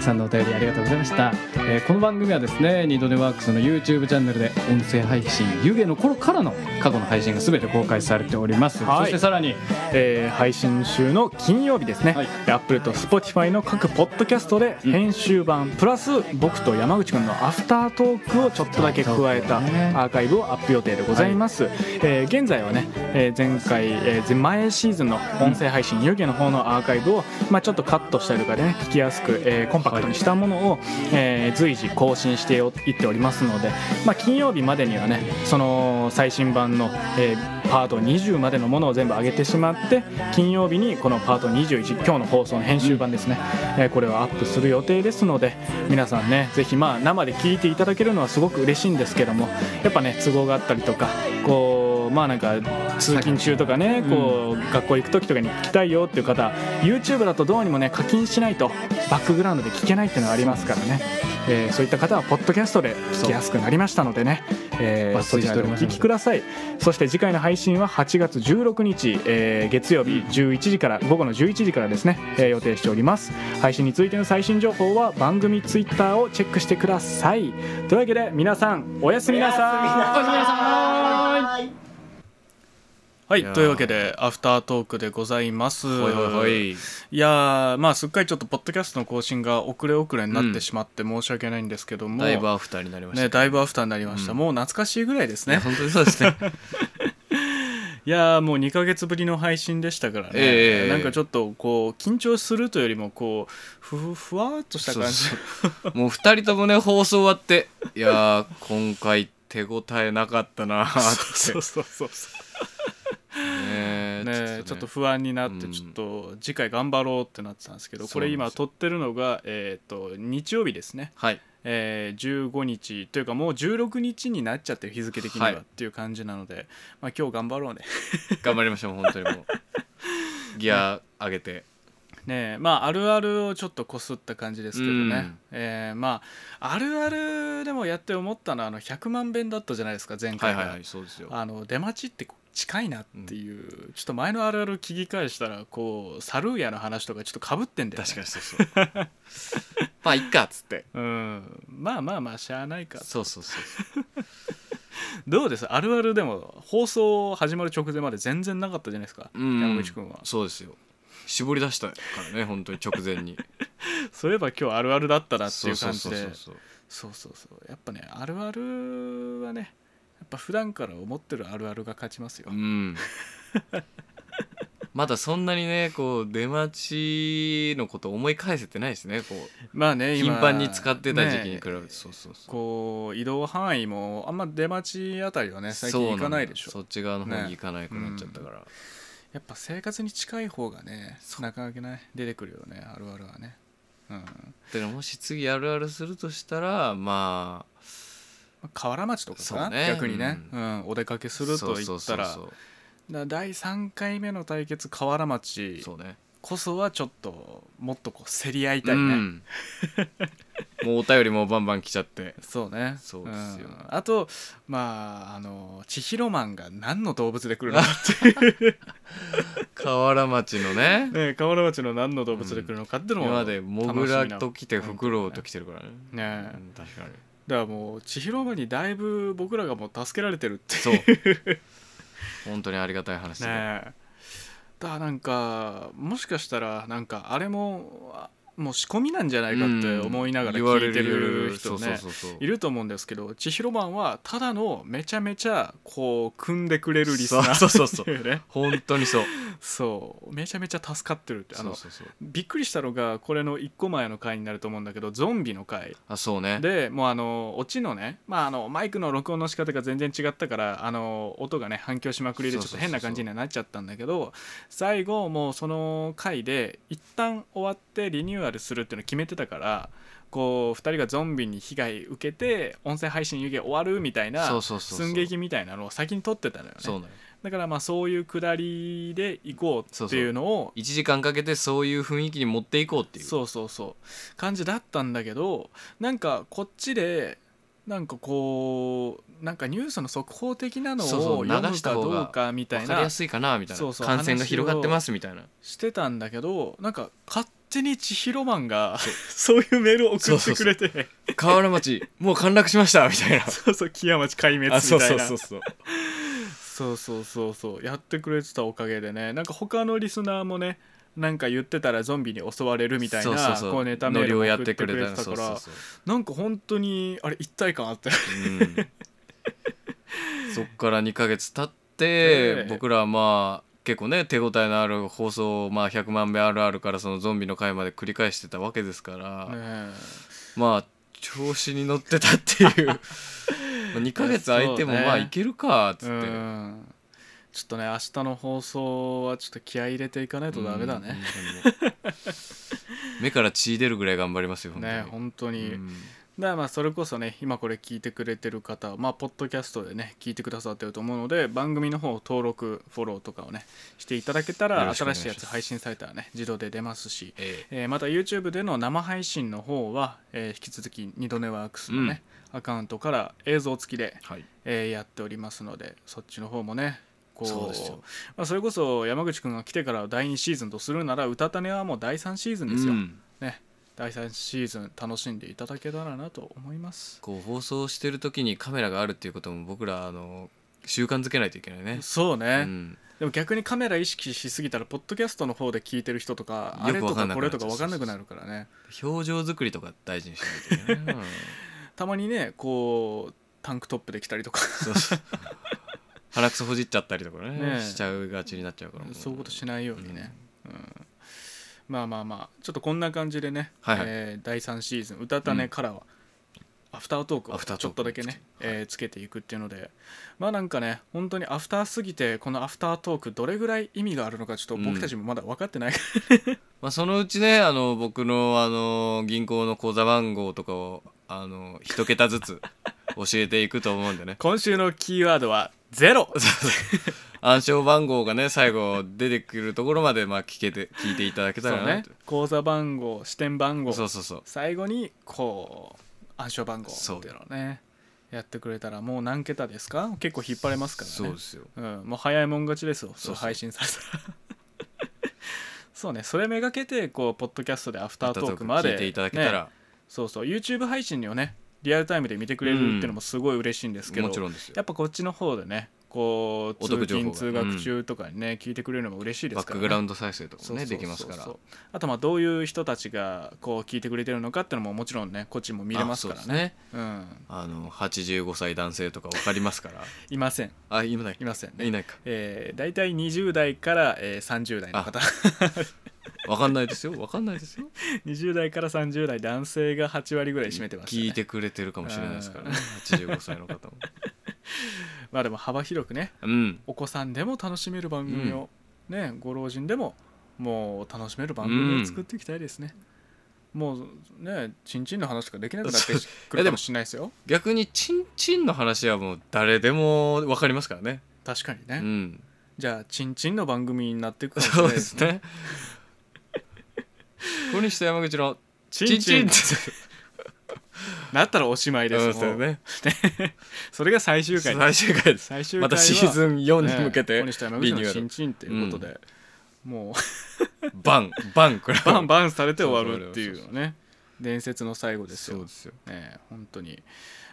[SPEAKER 2] さんのお便りありがとうございました、えーこの番組はですねニードネワークスの YouTube チャンネルで音声配信湯気の頃からの過去の配信が全て公開されております、
[SPEAKER 1] はい
[SPEAKER 2] そしてさらに
[SPEAKER 1] えー配信週の金曜日ですね、
[SPEAKER 2] はい
[SPEAKER 1] で Apple と Spotify の各ポッドキャストで
[SPEAKER 2] うん
[SPEAKER 1] 編集版、プラス僕と山口くんのアフタートークをちょっとだけ加えたア
[SPEAKER 2] アフタートークね
[SPEAKER 1] ーカイブをアップ予定でございます、えー現在はね、えー前回、えー前シーズンの音声配信湯気の方のアーカイブを、まあ、ちょっとカットしたりとかでね聞きやすく、えーコンパクトにしたものを、えー随時更新していっておりますので、まあ、金曜日までにはねその最新版の、えーパート20までのものを全部上げてしまって金曜日にこのパート21今日の放送の編集版ですね、えーこれをアップする予定ですので皆さんねぜひまあ生で聞いていただけるのはすごく嬉しいんですけどもやっぱね都合があったりとかこうまあなんか通勤中とかねこう学校行く時とかに聞きたいよっていう方 YouTube だとどうにもね課金しないとバックグラウンドで聞けないっていうのがありますからね、えーそういった方はポッドキャストで聞きやすくなりましたのでね、えー、
[SPEAKER 2] 抜
[SPEAKER 1] そ
[SPEAKER 2] 粋
[SPEAKER 1] ち
[SPEAKER 2] し
[SPEAKER 1] ら
[SPEAKER 2] て
[SPEAKER 1] で
[SPEAKER 2] お
[SPEAKER 1] お
[SPEAKER 2] ります
[SPEAKER 1] 聞きくださいそして次回の配信は8月16日、えー月曜日11時から午後の11時からですね、えー予定しております配信についての最新情報は番組 Twitter をチェックしてくださいというわけで皆さんおやすみなさいはい
[SPEAKER 7] やー
[SPEAKER 1] というわけでアフタートークでございます
[SPEAKER 7] ほいほいほい
[SPEAKER 1] いやーまあすっかりちょっとポッドキャストの更新が遅れ遅れになっ
[SPEAKER 7] う
[SPEAKER 1] て
[SPEAKER 7] ん
[SPEAKER 1] しまって申し訳ないんですけども、
[SPEAKER 7] だいぶアフターになりました
[SPEAKER 1] ね、だいぶアフターになりました、
[SPEAKER 7] うん
[SPEAKER 1] もう懐かしいぐらいです
[SPEAKER 7] いや
[SPEAKER 1] ね
[SPEAKER 7] 本当にそうですね
[SPEAKER 1] いやーもう2ヶ月ぶりの配信でしたからね、
[SPEAKER 7] ええ
[SPEAKER 1] なんかちょっとこう緊張するというよりもこうふふふわーっとした感じ
[SPEAKER 7] そうもう二人ともね放送終わっていやー今回手応えなかったなーって
[SPEAKER 1] そうそうそうそう
[SPEAKER 7] ねー
[SPEAKER 1] ね、ちょっと
[SPEAKER 7] ね
[SPEAKER 1] 不安になって
[SPEAKER 7] うん
[SPEAKER 1] ちょっと次回頑張ろうってなってたんですけどこれ今
[SPEAKER 7] そ
[SPEAKER 1] 撮ってるのが、えー、と日曜日ですね、
[SPEAKER 7] はい
[SPEAKER 1] えー15日というかもう16日になっちゃってる日付的には
[SPEAKER 7] はい
[SPEAKER 1] っていう感じなので、まあ、今日頑張ろうね
[SPEAKER 7] 頑張りましょう本当にもうギア上げて
[SPEAKER 1] ねまああるあるをちょっとこすった感じですけどね、
[SPEAKER 7] うん
[SPEAKER 1] えーまああるあるでもやって思ったのはあの100万遍だったじゃないですか前
[SPEAKER 7] は
[SPEAKER 1] 回
[SPEAKER 7] い
[SPEAKER 1] が、
[SPEAKER 7] はいはいそうですよ
[SPEAKER 1] あの出待ちって近いなっていう、ちょっと前のあるある聞き返したらこうサルーヤの話とかちょっとかぶってんだよね
[SPEAKER 7] 確かにそう そうまあいっかっつって
[SPEAKER 1] うんまあまあまあしゃあないか
[SPEAKER 7] そうそうそう
[SPEAKER 1] どうですあるあるでも放送始まる直前まで全然なかったじゃないですか、
[SPEAKER 7] うん
[SPEAKER 1] 山口君は
[SPEAKER 7] そうですよ絞り出したからね本当に直前 に
[SPEAKER 1] そういえば今日あるあるだったなっていう
[SPEAKER 7] そ
[SPEAKER 1] 感
[SPEAKER 7] う
[SPEAKER 1] じ
[SPEAKER 7] そう
[SPEAKER 1] で
[SPEAKER 7] そうそう
[SPEAKER 1] そうそうそうやっぱねあるあるはねやっぱ普段から思ってるあるあるが勝ちますよ、
[SPEAKER 7] うん まだそんなにねこう出待ちのこと思い返せてないですねこう
[SPEAKER 1] まあね
[SPEAKER 7] 頻
[SPEAKER 1] 今
[SPEAKER 7] 繁に使ってた時期に
[SPEAKER 1] ね
[SPEAKER 7] 比べて、そうそうそう
[SPEAKER 1] こう移動範囲もあんま出待ちあたりはね最近行かないでし
[SPEAKER 7] そ
[SPEAKER 1] ょ
[SPEAKER 7] うなんだそっち側の方
[SPEAKER 1] ね
[SPEAKER 7] に行かないくなっちゃったから、
[SPEAKER 1] やっぱ生活に近い方がねなかなかね出てくるよねあるあるはねうん
[SPEAKER 7] だからもし次あるあるするとしたらまあ
[SPEAKER 1] 河原町とか
[SPEAKER 7] そ
[SPEAKER 1] か、
[SPEAKER 7] うね
[SPEAKER 1] 逆にね、う
[SPEAKER 7] うん
[SPEAKER 1] お出かけすると言
[SPEAKER 7] そ
[SPEAKER 1] っ
[SPEAKER 7] うそ
[SPEAKER 1] た
[SPEAKER 7] う
[SPEAKER 1] ら
[SPEAKER 7] そう
[SPEAKER 1] だ第3回目の対決河原
[SPEAKER 7] そう
[SPEAKER 1] 町
[SPEAKER 7] そうね
[SPEAKER 1] こそはちょっともっとこう競り合いたいね、
[SPEAKER 7] うん、 もうお便りもバンバン来ちゃって
[SPEAKER 1] そうね
[SPEAKER 7] そうですよ
[SPEAKER 1] んあとまああの千尋マンが何の動物で来るのか
[SPEAKER 7] 河原町のね
[SPEAKER 1] ね河原町の何の動物で来るのかっていうのも、
[SPEAKER 7] 今までモグラと来て
[SPEAKER 1] 楽しみな
[SPEAKER 7] フクロウと来てるからね
[SPEAKER 1] ね
[SPEAKER 7] うん確かに
[SPEAKER 1] だからもう千尋マンにだいぶ僕らがもう助けられてるって
[SPEAKER 7] そう本当にありがたい話で、
[SPEAKER 1] ねえだからなんかもしかしたらなんかあれもあもう仕込みなんじゃないかって思いながら
[SPEAKER 7] うん言われ
[SPEAKER 1] 聞いてる人
[SPEAKER 7] 言わ
[SPEAKER 1] ね
[SPEAKER 7] れるそうそうそう
[SPEAKER 1] いると思うんですけど千尋マンはただのめちゃめちゃこう組んでくれるリスナー
[SPEAKER 7] そうそうそうそう
[SPEAKER 1] っていうね
[SPEAKER 7] 本当にそう
[SPEAKER 1] そうめちゃめちゃ助かってるってあ
[SPEAKER 7] そ
[SPEAKER 1] の
[SPEAKER 7] うそうそう
[SPEAKER 1] びっくりしたのがこれの1個前の回になると思うんだけどゾンビの回
[SPEAKER 7] あそうね
[SPEAKER 1] でもうあのオチのね、まあ、あのマイクの録音の仕方が全然違ったからあの音がね反響しまくりでちょっと
[SPEAKER 7] そうそうそうそう
[SPEAKER 1] 変な感じにはなっちゃったんだけど最後もうその回で一旦終わってリニューアルするっていうのを決めてたからこう2人がゾンビに被害受けて音声配信湯気終わるみたいな
[SPEAKER 7] そうそうそうそう
[SPEAKER 1] 寸劇みたいなのを先に撮ってたのよ
[SPEAKER 7] そう
[SPEAKER 1] ね
[SPEAKER 7] なの
[SPEAKER 1] だからまあそういうくだりで行こうっていうのを
[SPEAKER 7] 1時間かけてそういう雰囲気に持っていこうっていう
[SPEAKER 1] そうそうそう感じだったんだけどなんかこっちでなんかこうなんかニュースの速報的なのを
[SPEAKER 7] そうそう
[SPEAKER 1] 読
[SPEAKER 7] 流
[SPEAKER 1] む
[SPEAKER 7] し
[SPEAKER 1] か
[SPEAKER 7] た方が
[SPEAKER 1] どうかみた
[SPEAKER 7] 分
[SPEAKER 1] い
[SPEAKER 7] かり
[SPEAKER 1] な
[SPEAKER 7] やすいかなみたいな
[SPEAKER 1] そうそう
[SPEAKER 7] 感染が広がってますみたいな
[SPEAKER 1] してたんだけどなんか勝手に千尋マンが そういうメールを送ってくれて
[SPEAKER 7] 河原町もう陥落しましたみたいな
[SPEAKER 1] そうそう木屋町壊滅みたいな
[SPEAKER 7] あそうそうそうそう
[SPEAKER 1] そうそうそうそうやってくれてたおかげでねなんか他のリスナーもねなんか言ってたらゾンビに襲われるみたい
[SPEAKER 7] そうそう
[SPEAKER 1] な
[SPEAKER 7] そう
[SPEAKER 1] こうネタメー
[SPEAKER 7] ノリ
[SPEAKER 1] ル
[SPEAKER 7] を
[SPEAKER 1] も
[SPEAKER 7] やっ
[SPEAKER 1] 送ってて
[SPEAKER 7] く
[SPEAKER 1] く
[SPEAKER 7] れ
[SPEAKER 1] れ
[SPEAKER 7] た
[SPEAKER 1] てた
[SPEAKER 7] そう
[SPEAKER 1] か
[SPEAKER 7] そう
[SPEAKER 1] ら
[SPEAKER 7] そう
[SPEAKER 1] なんか本当にあれ一体感あったよ
[SPEAKER 7] うんそっから2ヶ月経って
[SPEAKER 1] ええ
[SPEAKER 7] 僕らはまあ結構ね手応えのある放送を、まあ、100万部あるあるからそのゾンビの回まで繰り返してたわけですから、
[SPEAKER 1] ねえ
[SPEAKER 7] まあ調子に乗ってたって いうまあ2ヶ月空いても
[SPEAKER 1] そうね
[SPEAKER 7] まあいけるかっつ
[SPEAKER 1] う
[SPEAKER 7] って、
[SPEAKER 1] んちょっとね明日の放送はちょっと気合い入れていかないとダメだね、
[SPEAKER 7] うん。本当に もう目から血出るぐらい頑張りますよ。本当に。
[SPEAKER 1] ね本当に、
[SPEAKER 7] うん
[SPEAKER 1] だからまあそれこそね今これ聞いてくれてる方はまあポッドキャストでね聞いてくださってると思うので番組の方登録フォローとかをねしていただけた
[SPEAKER 7] よろ
[SPEAKER 1] ら
[SPEAKER 7] しくお願
[SPEAKER 1] 新しい
[SPEAKER 7] いします
[SPEAKER 1] やつ配信されたらね自動で出ますし、
[SPEAKER 7] え
[SPEAKER 1] えーまた YouTube での生配信の方は、えー引き続き二度寝ワークスのね、アカウントから映像付きで、
[SPEAKER 7] えはい。
[SPEAKER 1] えーやっておりますのでそっちの方もねこう
[SPEAKER 7] そうですよ
[SPEAKER 1] まあ、それこそ山口くんが来てから第2シーズンとするなら「うたた寝」はもう第3シーズンですよ、
[SPEAKER 7] うん
[SPEAKER 1] ね、第3シーズン楽しんでいただけたらなと思います
[SPEAKER 7] こう放送してる時にカメラがあるっていうことも僕らあの習慣づけないといけないね。
[SPEAKER 1] そうね、
[SPEAKER 7] うん
[SPEAKER 1] でも逆にカメラ意識しすぎたらポッドキャストの方で聞いてる人とかあ
[SPEAKER 7] よ
[SPEAKER 1] れと
[SPEAKER 7] くわかん
[SPEAKER 1] か
[SPEAKER 7] なく
[SPEAKER 1] これ
[SPEAKER 7] なっちゃ
[SPEAKER 1] と
[SPEAKER 7] う
[SPEAKER 1] か分かんなくなるからね
[SPEAKER 7] 表情作りとか大事にしないといけないな。うん
[SPEAKER 1] たまにねこうタンクトップで来たりとか
[SPEAKER 7] そう そう。腹くそほじっちゃったりとかね
[SPEAKER 1] ねえ
[SPEAKER 7] しちゃうがちになっちゃうからも
[SPEAKER 1] そういうことしないようにね、うんまあまあまあちょっとこんな感じでね、
[SPEAKER 7] はいはい
[SPEAKER 1] えー第3シーズン「うたた
[SPEAKER 7] う
[SPEAKER 1] ね」
[SPEAKER 7] ん
[SPEAKER 1] からは、アフタートーク
[SPEAKER 7] アフター
[SPEAKER 1] をち
[SPEAKER 7] ト
[SPEAKER 1] ょ
[SPEAKER 7] ー
[SPEAKER 1] っ
[SPEAKER 7] ク
[SPEAKER 1] とだけねえーつけていくっていうのでまあなんかね本当にアフターすぎてこのアフタートークどれぐらい意味があるのかちょっと僕たちもまだ分かっ てない、
[SPEAKER 7] まあ、そのうちねあの僕のあの銀行の口座番号とかをあの一桁ずつ教えていくと思うんでね
[SPEAKER 1] 今週のキーワードは「ゼロ
[SPEAKER 7] 暗証番号がね最後出てくるところまでまあ聞けて聞いていただけた
[SPEAKER 1] そう
[SPEAKER 7] らな
[SPEAKER 1] ね
[SPEAKER 7] と
[SPEAKER 1] 口座番号支店番号
[SPEAKER 7] そうそうそう
[SPEAKER 1] 最後にこう暗証番号
[SPEAKER 7] そう
[SPEAKER 1] っていうのをねやってくれたらもう何桁ですか結構引っ張れますからね
[SPEAKER 7] そうですよ
[SPEAKER 1] うん、もう早いもん勝ちですよ
[SPEAKER 7] そうそう
[SPEAKER 1] そう配信されたら そうねそれめがけてこうポッドキャストでアフタートークまで、
[SPEAKER 7] 聞いていただけた
[SPEAKER 1] ね
[SPEAKER 7] ら、
[SPEAKER 1] そうそう YouTube 配信をねリアルタイムで見てくれるっていうのもすごい嬉しいんですけど、
[SPEAKER 7] もちろんですよ
[SPEAKER 1] やっぱこっちの方でねこう
[SPEAKER 7] お
[SPEAKER 1] 通
[SPEAKER 7] 得情報
[SPEAKER 1] 勤
[SPEAKER 7] が
[SPEAKER 1] 通学中とかにね、聞いてくれるのも嬉しいで
[SPEAKER 7] バ
[SPEAKER 1] す
[SPEAKER 7] ッ
[SPEAKER 1] から、
[SPEAKER 7] ク
[SPEAKER 1] ね、
[SPEAKER 7] グラウンド再生とか
[SPEAKER 1] そう
[SPEAKER 7] もね
[SPEAKER 1] そうそうそう
[SPEAKER 7] できますから
[SPEAKER 1] あとまあどういう人たちがこう聞いてくれてるのかっていうのももちろんねこっちも見れますか
[SPEAKER 7] あ
[SPEAKER 1] ら
[SPEAKER 7] そう
[SPEAKER 1] ね
[SPEAKER 7] で
[SPEAKER 1] う
[SPEAKER 7] す
[SPEAKER 1] ん
[SPEAKER 7] あの85歳男性とか分かりますから
[SPEAKER 1] いません
[SPEAKER 7] あいない
[SPEAKER 1] いませんね
[SPEAKER 7] いないか
[SPEAKER 1] えー、大体20代から、えー、30代の方
[SPEAKER 7] 分かんないですよ分かんないですよ
[SPEAKER 1] 20代から30代男性が8割ぐらい占めてました、ね、
[SPEAKER 7] 聞いてくれてるかもしれないです からね85歳の方も
[SPEAKER 1] まあでも幅広くね
[SPEAKER 7] うん
[SPEAKER 1] お子さんでも楽しめる番組を、ねご老人でももう楽しめる番組を作っていきたいですね、もうねちんちんの話とかできなくなってく
[SPEAKER 7] いや
[SPEAKER 1] る
[SPEAKER 7] で
[SPEAKER 1] か
[SPEAKER 7] も
[SPEAKER 1] もしれないですよ
[SPEAKER 7] 逆にチンチンの話はもう誰でも分かりますからね
[SPEAKER 1] 確かにね、
[SPEAKER 7] うん
[SPEAKER 1] じゃあちんちんの番組になっていくかもしれ
[SPEAKER 7] そう
[SPEAKER 1] ない
[SPEAKER 7] で
[SPEAKER 1] ですすね
[SPEAKER 7] ね 小西と山口の
[SPEAKER 1] チンチン
[SPEAKER 7] チ
[SPEAKER 1] なったらおしまいで
[SPEAKER 7] う
[SPEAKER 1] す
[SPEAKER 7] んそう
[SPEAKER 1] もう
[SPEAKER 7] ね
[SPEAKER 1] それが最終回
[SPEAKER 7] 最終回です
[SPEAKER 1] 最終回
[SPEAKER 7] ま
[SPEAKER 1] は
[SPEAKER 7] たシーズン4に向け
[SPEAKER 1] ね
[SPEAKER 7] て
[SPEAKER 1] 小西と山
[SPEAKER 7] リ
[SPEAKER 1] 口
[SPEAKER 7] ニュ
[SPEAKER 1] の
[SPEAKER 7] ーア
[SPEAKER 1] チン
[SPEAKER 7] ル
[SPEAKER 1] チンっていうことで、もう
[SPEAKER 7] バンバンこれ
[SPEAKER 1] バンバンされて終わるっていうのね伝説の最後ですよ
[SPEAKER 7] そうですよ
[SPEAKER 1] ねえ本当に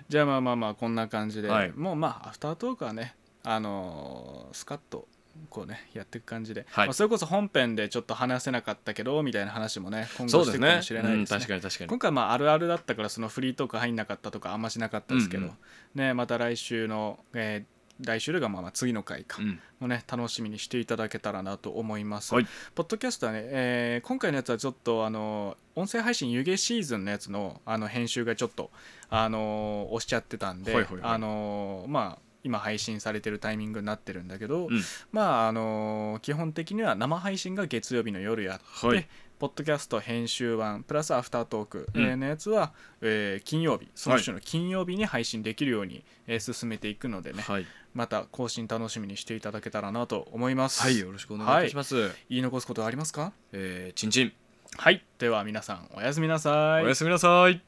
[SPEAKER 1] じゃあまあまあまあこんな感じで、
[SPEAKER 7] はい
[SPEAKER 1] もうまあアフタートークはねあのースカッとこうねやっていく感じで、
[SPEAKER 7] はい
[SPEAKER 1] まあ、それこそ本編でちょっと話せなかったけどみたいな話もね今
[SPEAKER 7] そ
[SPEAKER 1] 後
[SPEAKER 7] う
[SPEAKER 1] していく
[SPEAKER 7] です
[SPEAKER 1] か
[SPEAKER 7] ね
[SPEAKER 1] もしれないですね
[SPEAKER 7] うん確かに確かに
[SPEAKER 1] 今回まああるあるだったからそのフリートーク入んなかったとかあんましなかったですけど、
[SPEAKER 7] うんうん
[SPEAKER 1] ねまた来週の、えー来週というかまあまあ次の回か、
[SPEAKER 7] うん
[SPEAKER 1] もね楽しみにしていただけたらなと思います、
[SPEAKER 7] はい
[SPEAKER 1] ポッドキャストはね、えー今回のやつはちょっとあの音声配信湯気シーズンのやつのあの編集がちょっとあの押しちゃってたんで、
[SPEAKER 7] はいはいはい
[SPEAKER 1] あのまあ今配信されてるタイミングになってるんだけど、
[SPEAKER 7] うん
[SPEAKER 1] まああの基本的には生配信が月曜日の夜やって、
[SPEAKER 7] はい
[SPEAKER 1] ポッドキャスト編集版プラスアフタートークえ
[SPEAKER 7] うん
[SPEAKER 1] ーのやつは、えー金曜日その週の金曜日に配信できるように、えー進めていくのでね、
[SPEAKER 7] はい
[SPEAKER 1] また更新楽しみにしていただけたらなと思います。
[SPEAKER 7] はいよろしくお願いいたします
[SPEAKER 1] 言い残すことはありますか
[SPEAKER 7] えーチンチン
[SPEAKER 1] はい。では皆さんおやすみなさ
[SPEAKER 7] お
[SPEAKER 1] い。
[SPEAKER 7] やすみなさい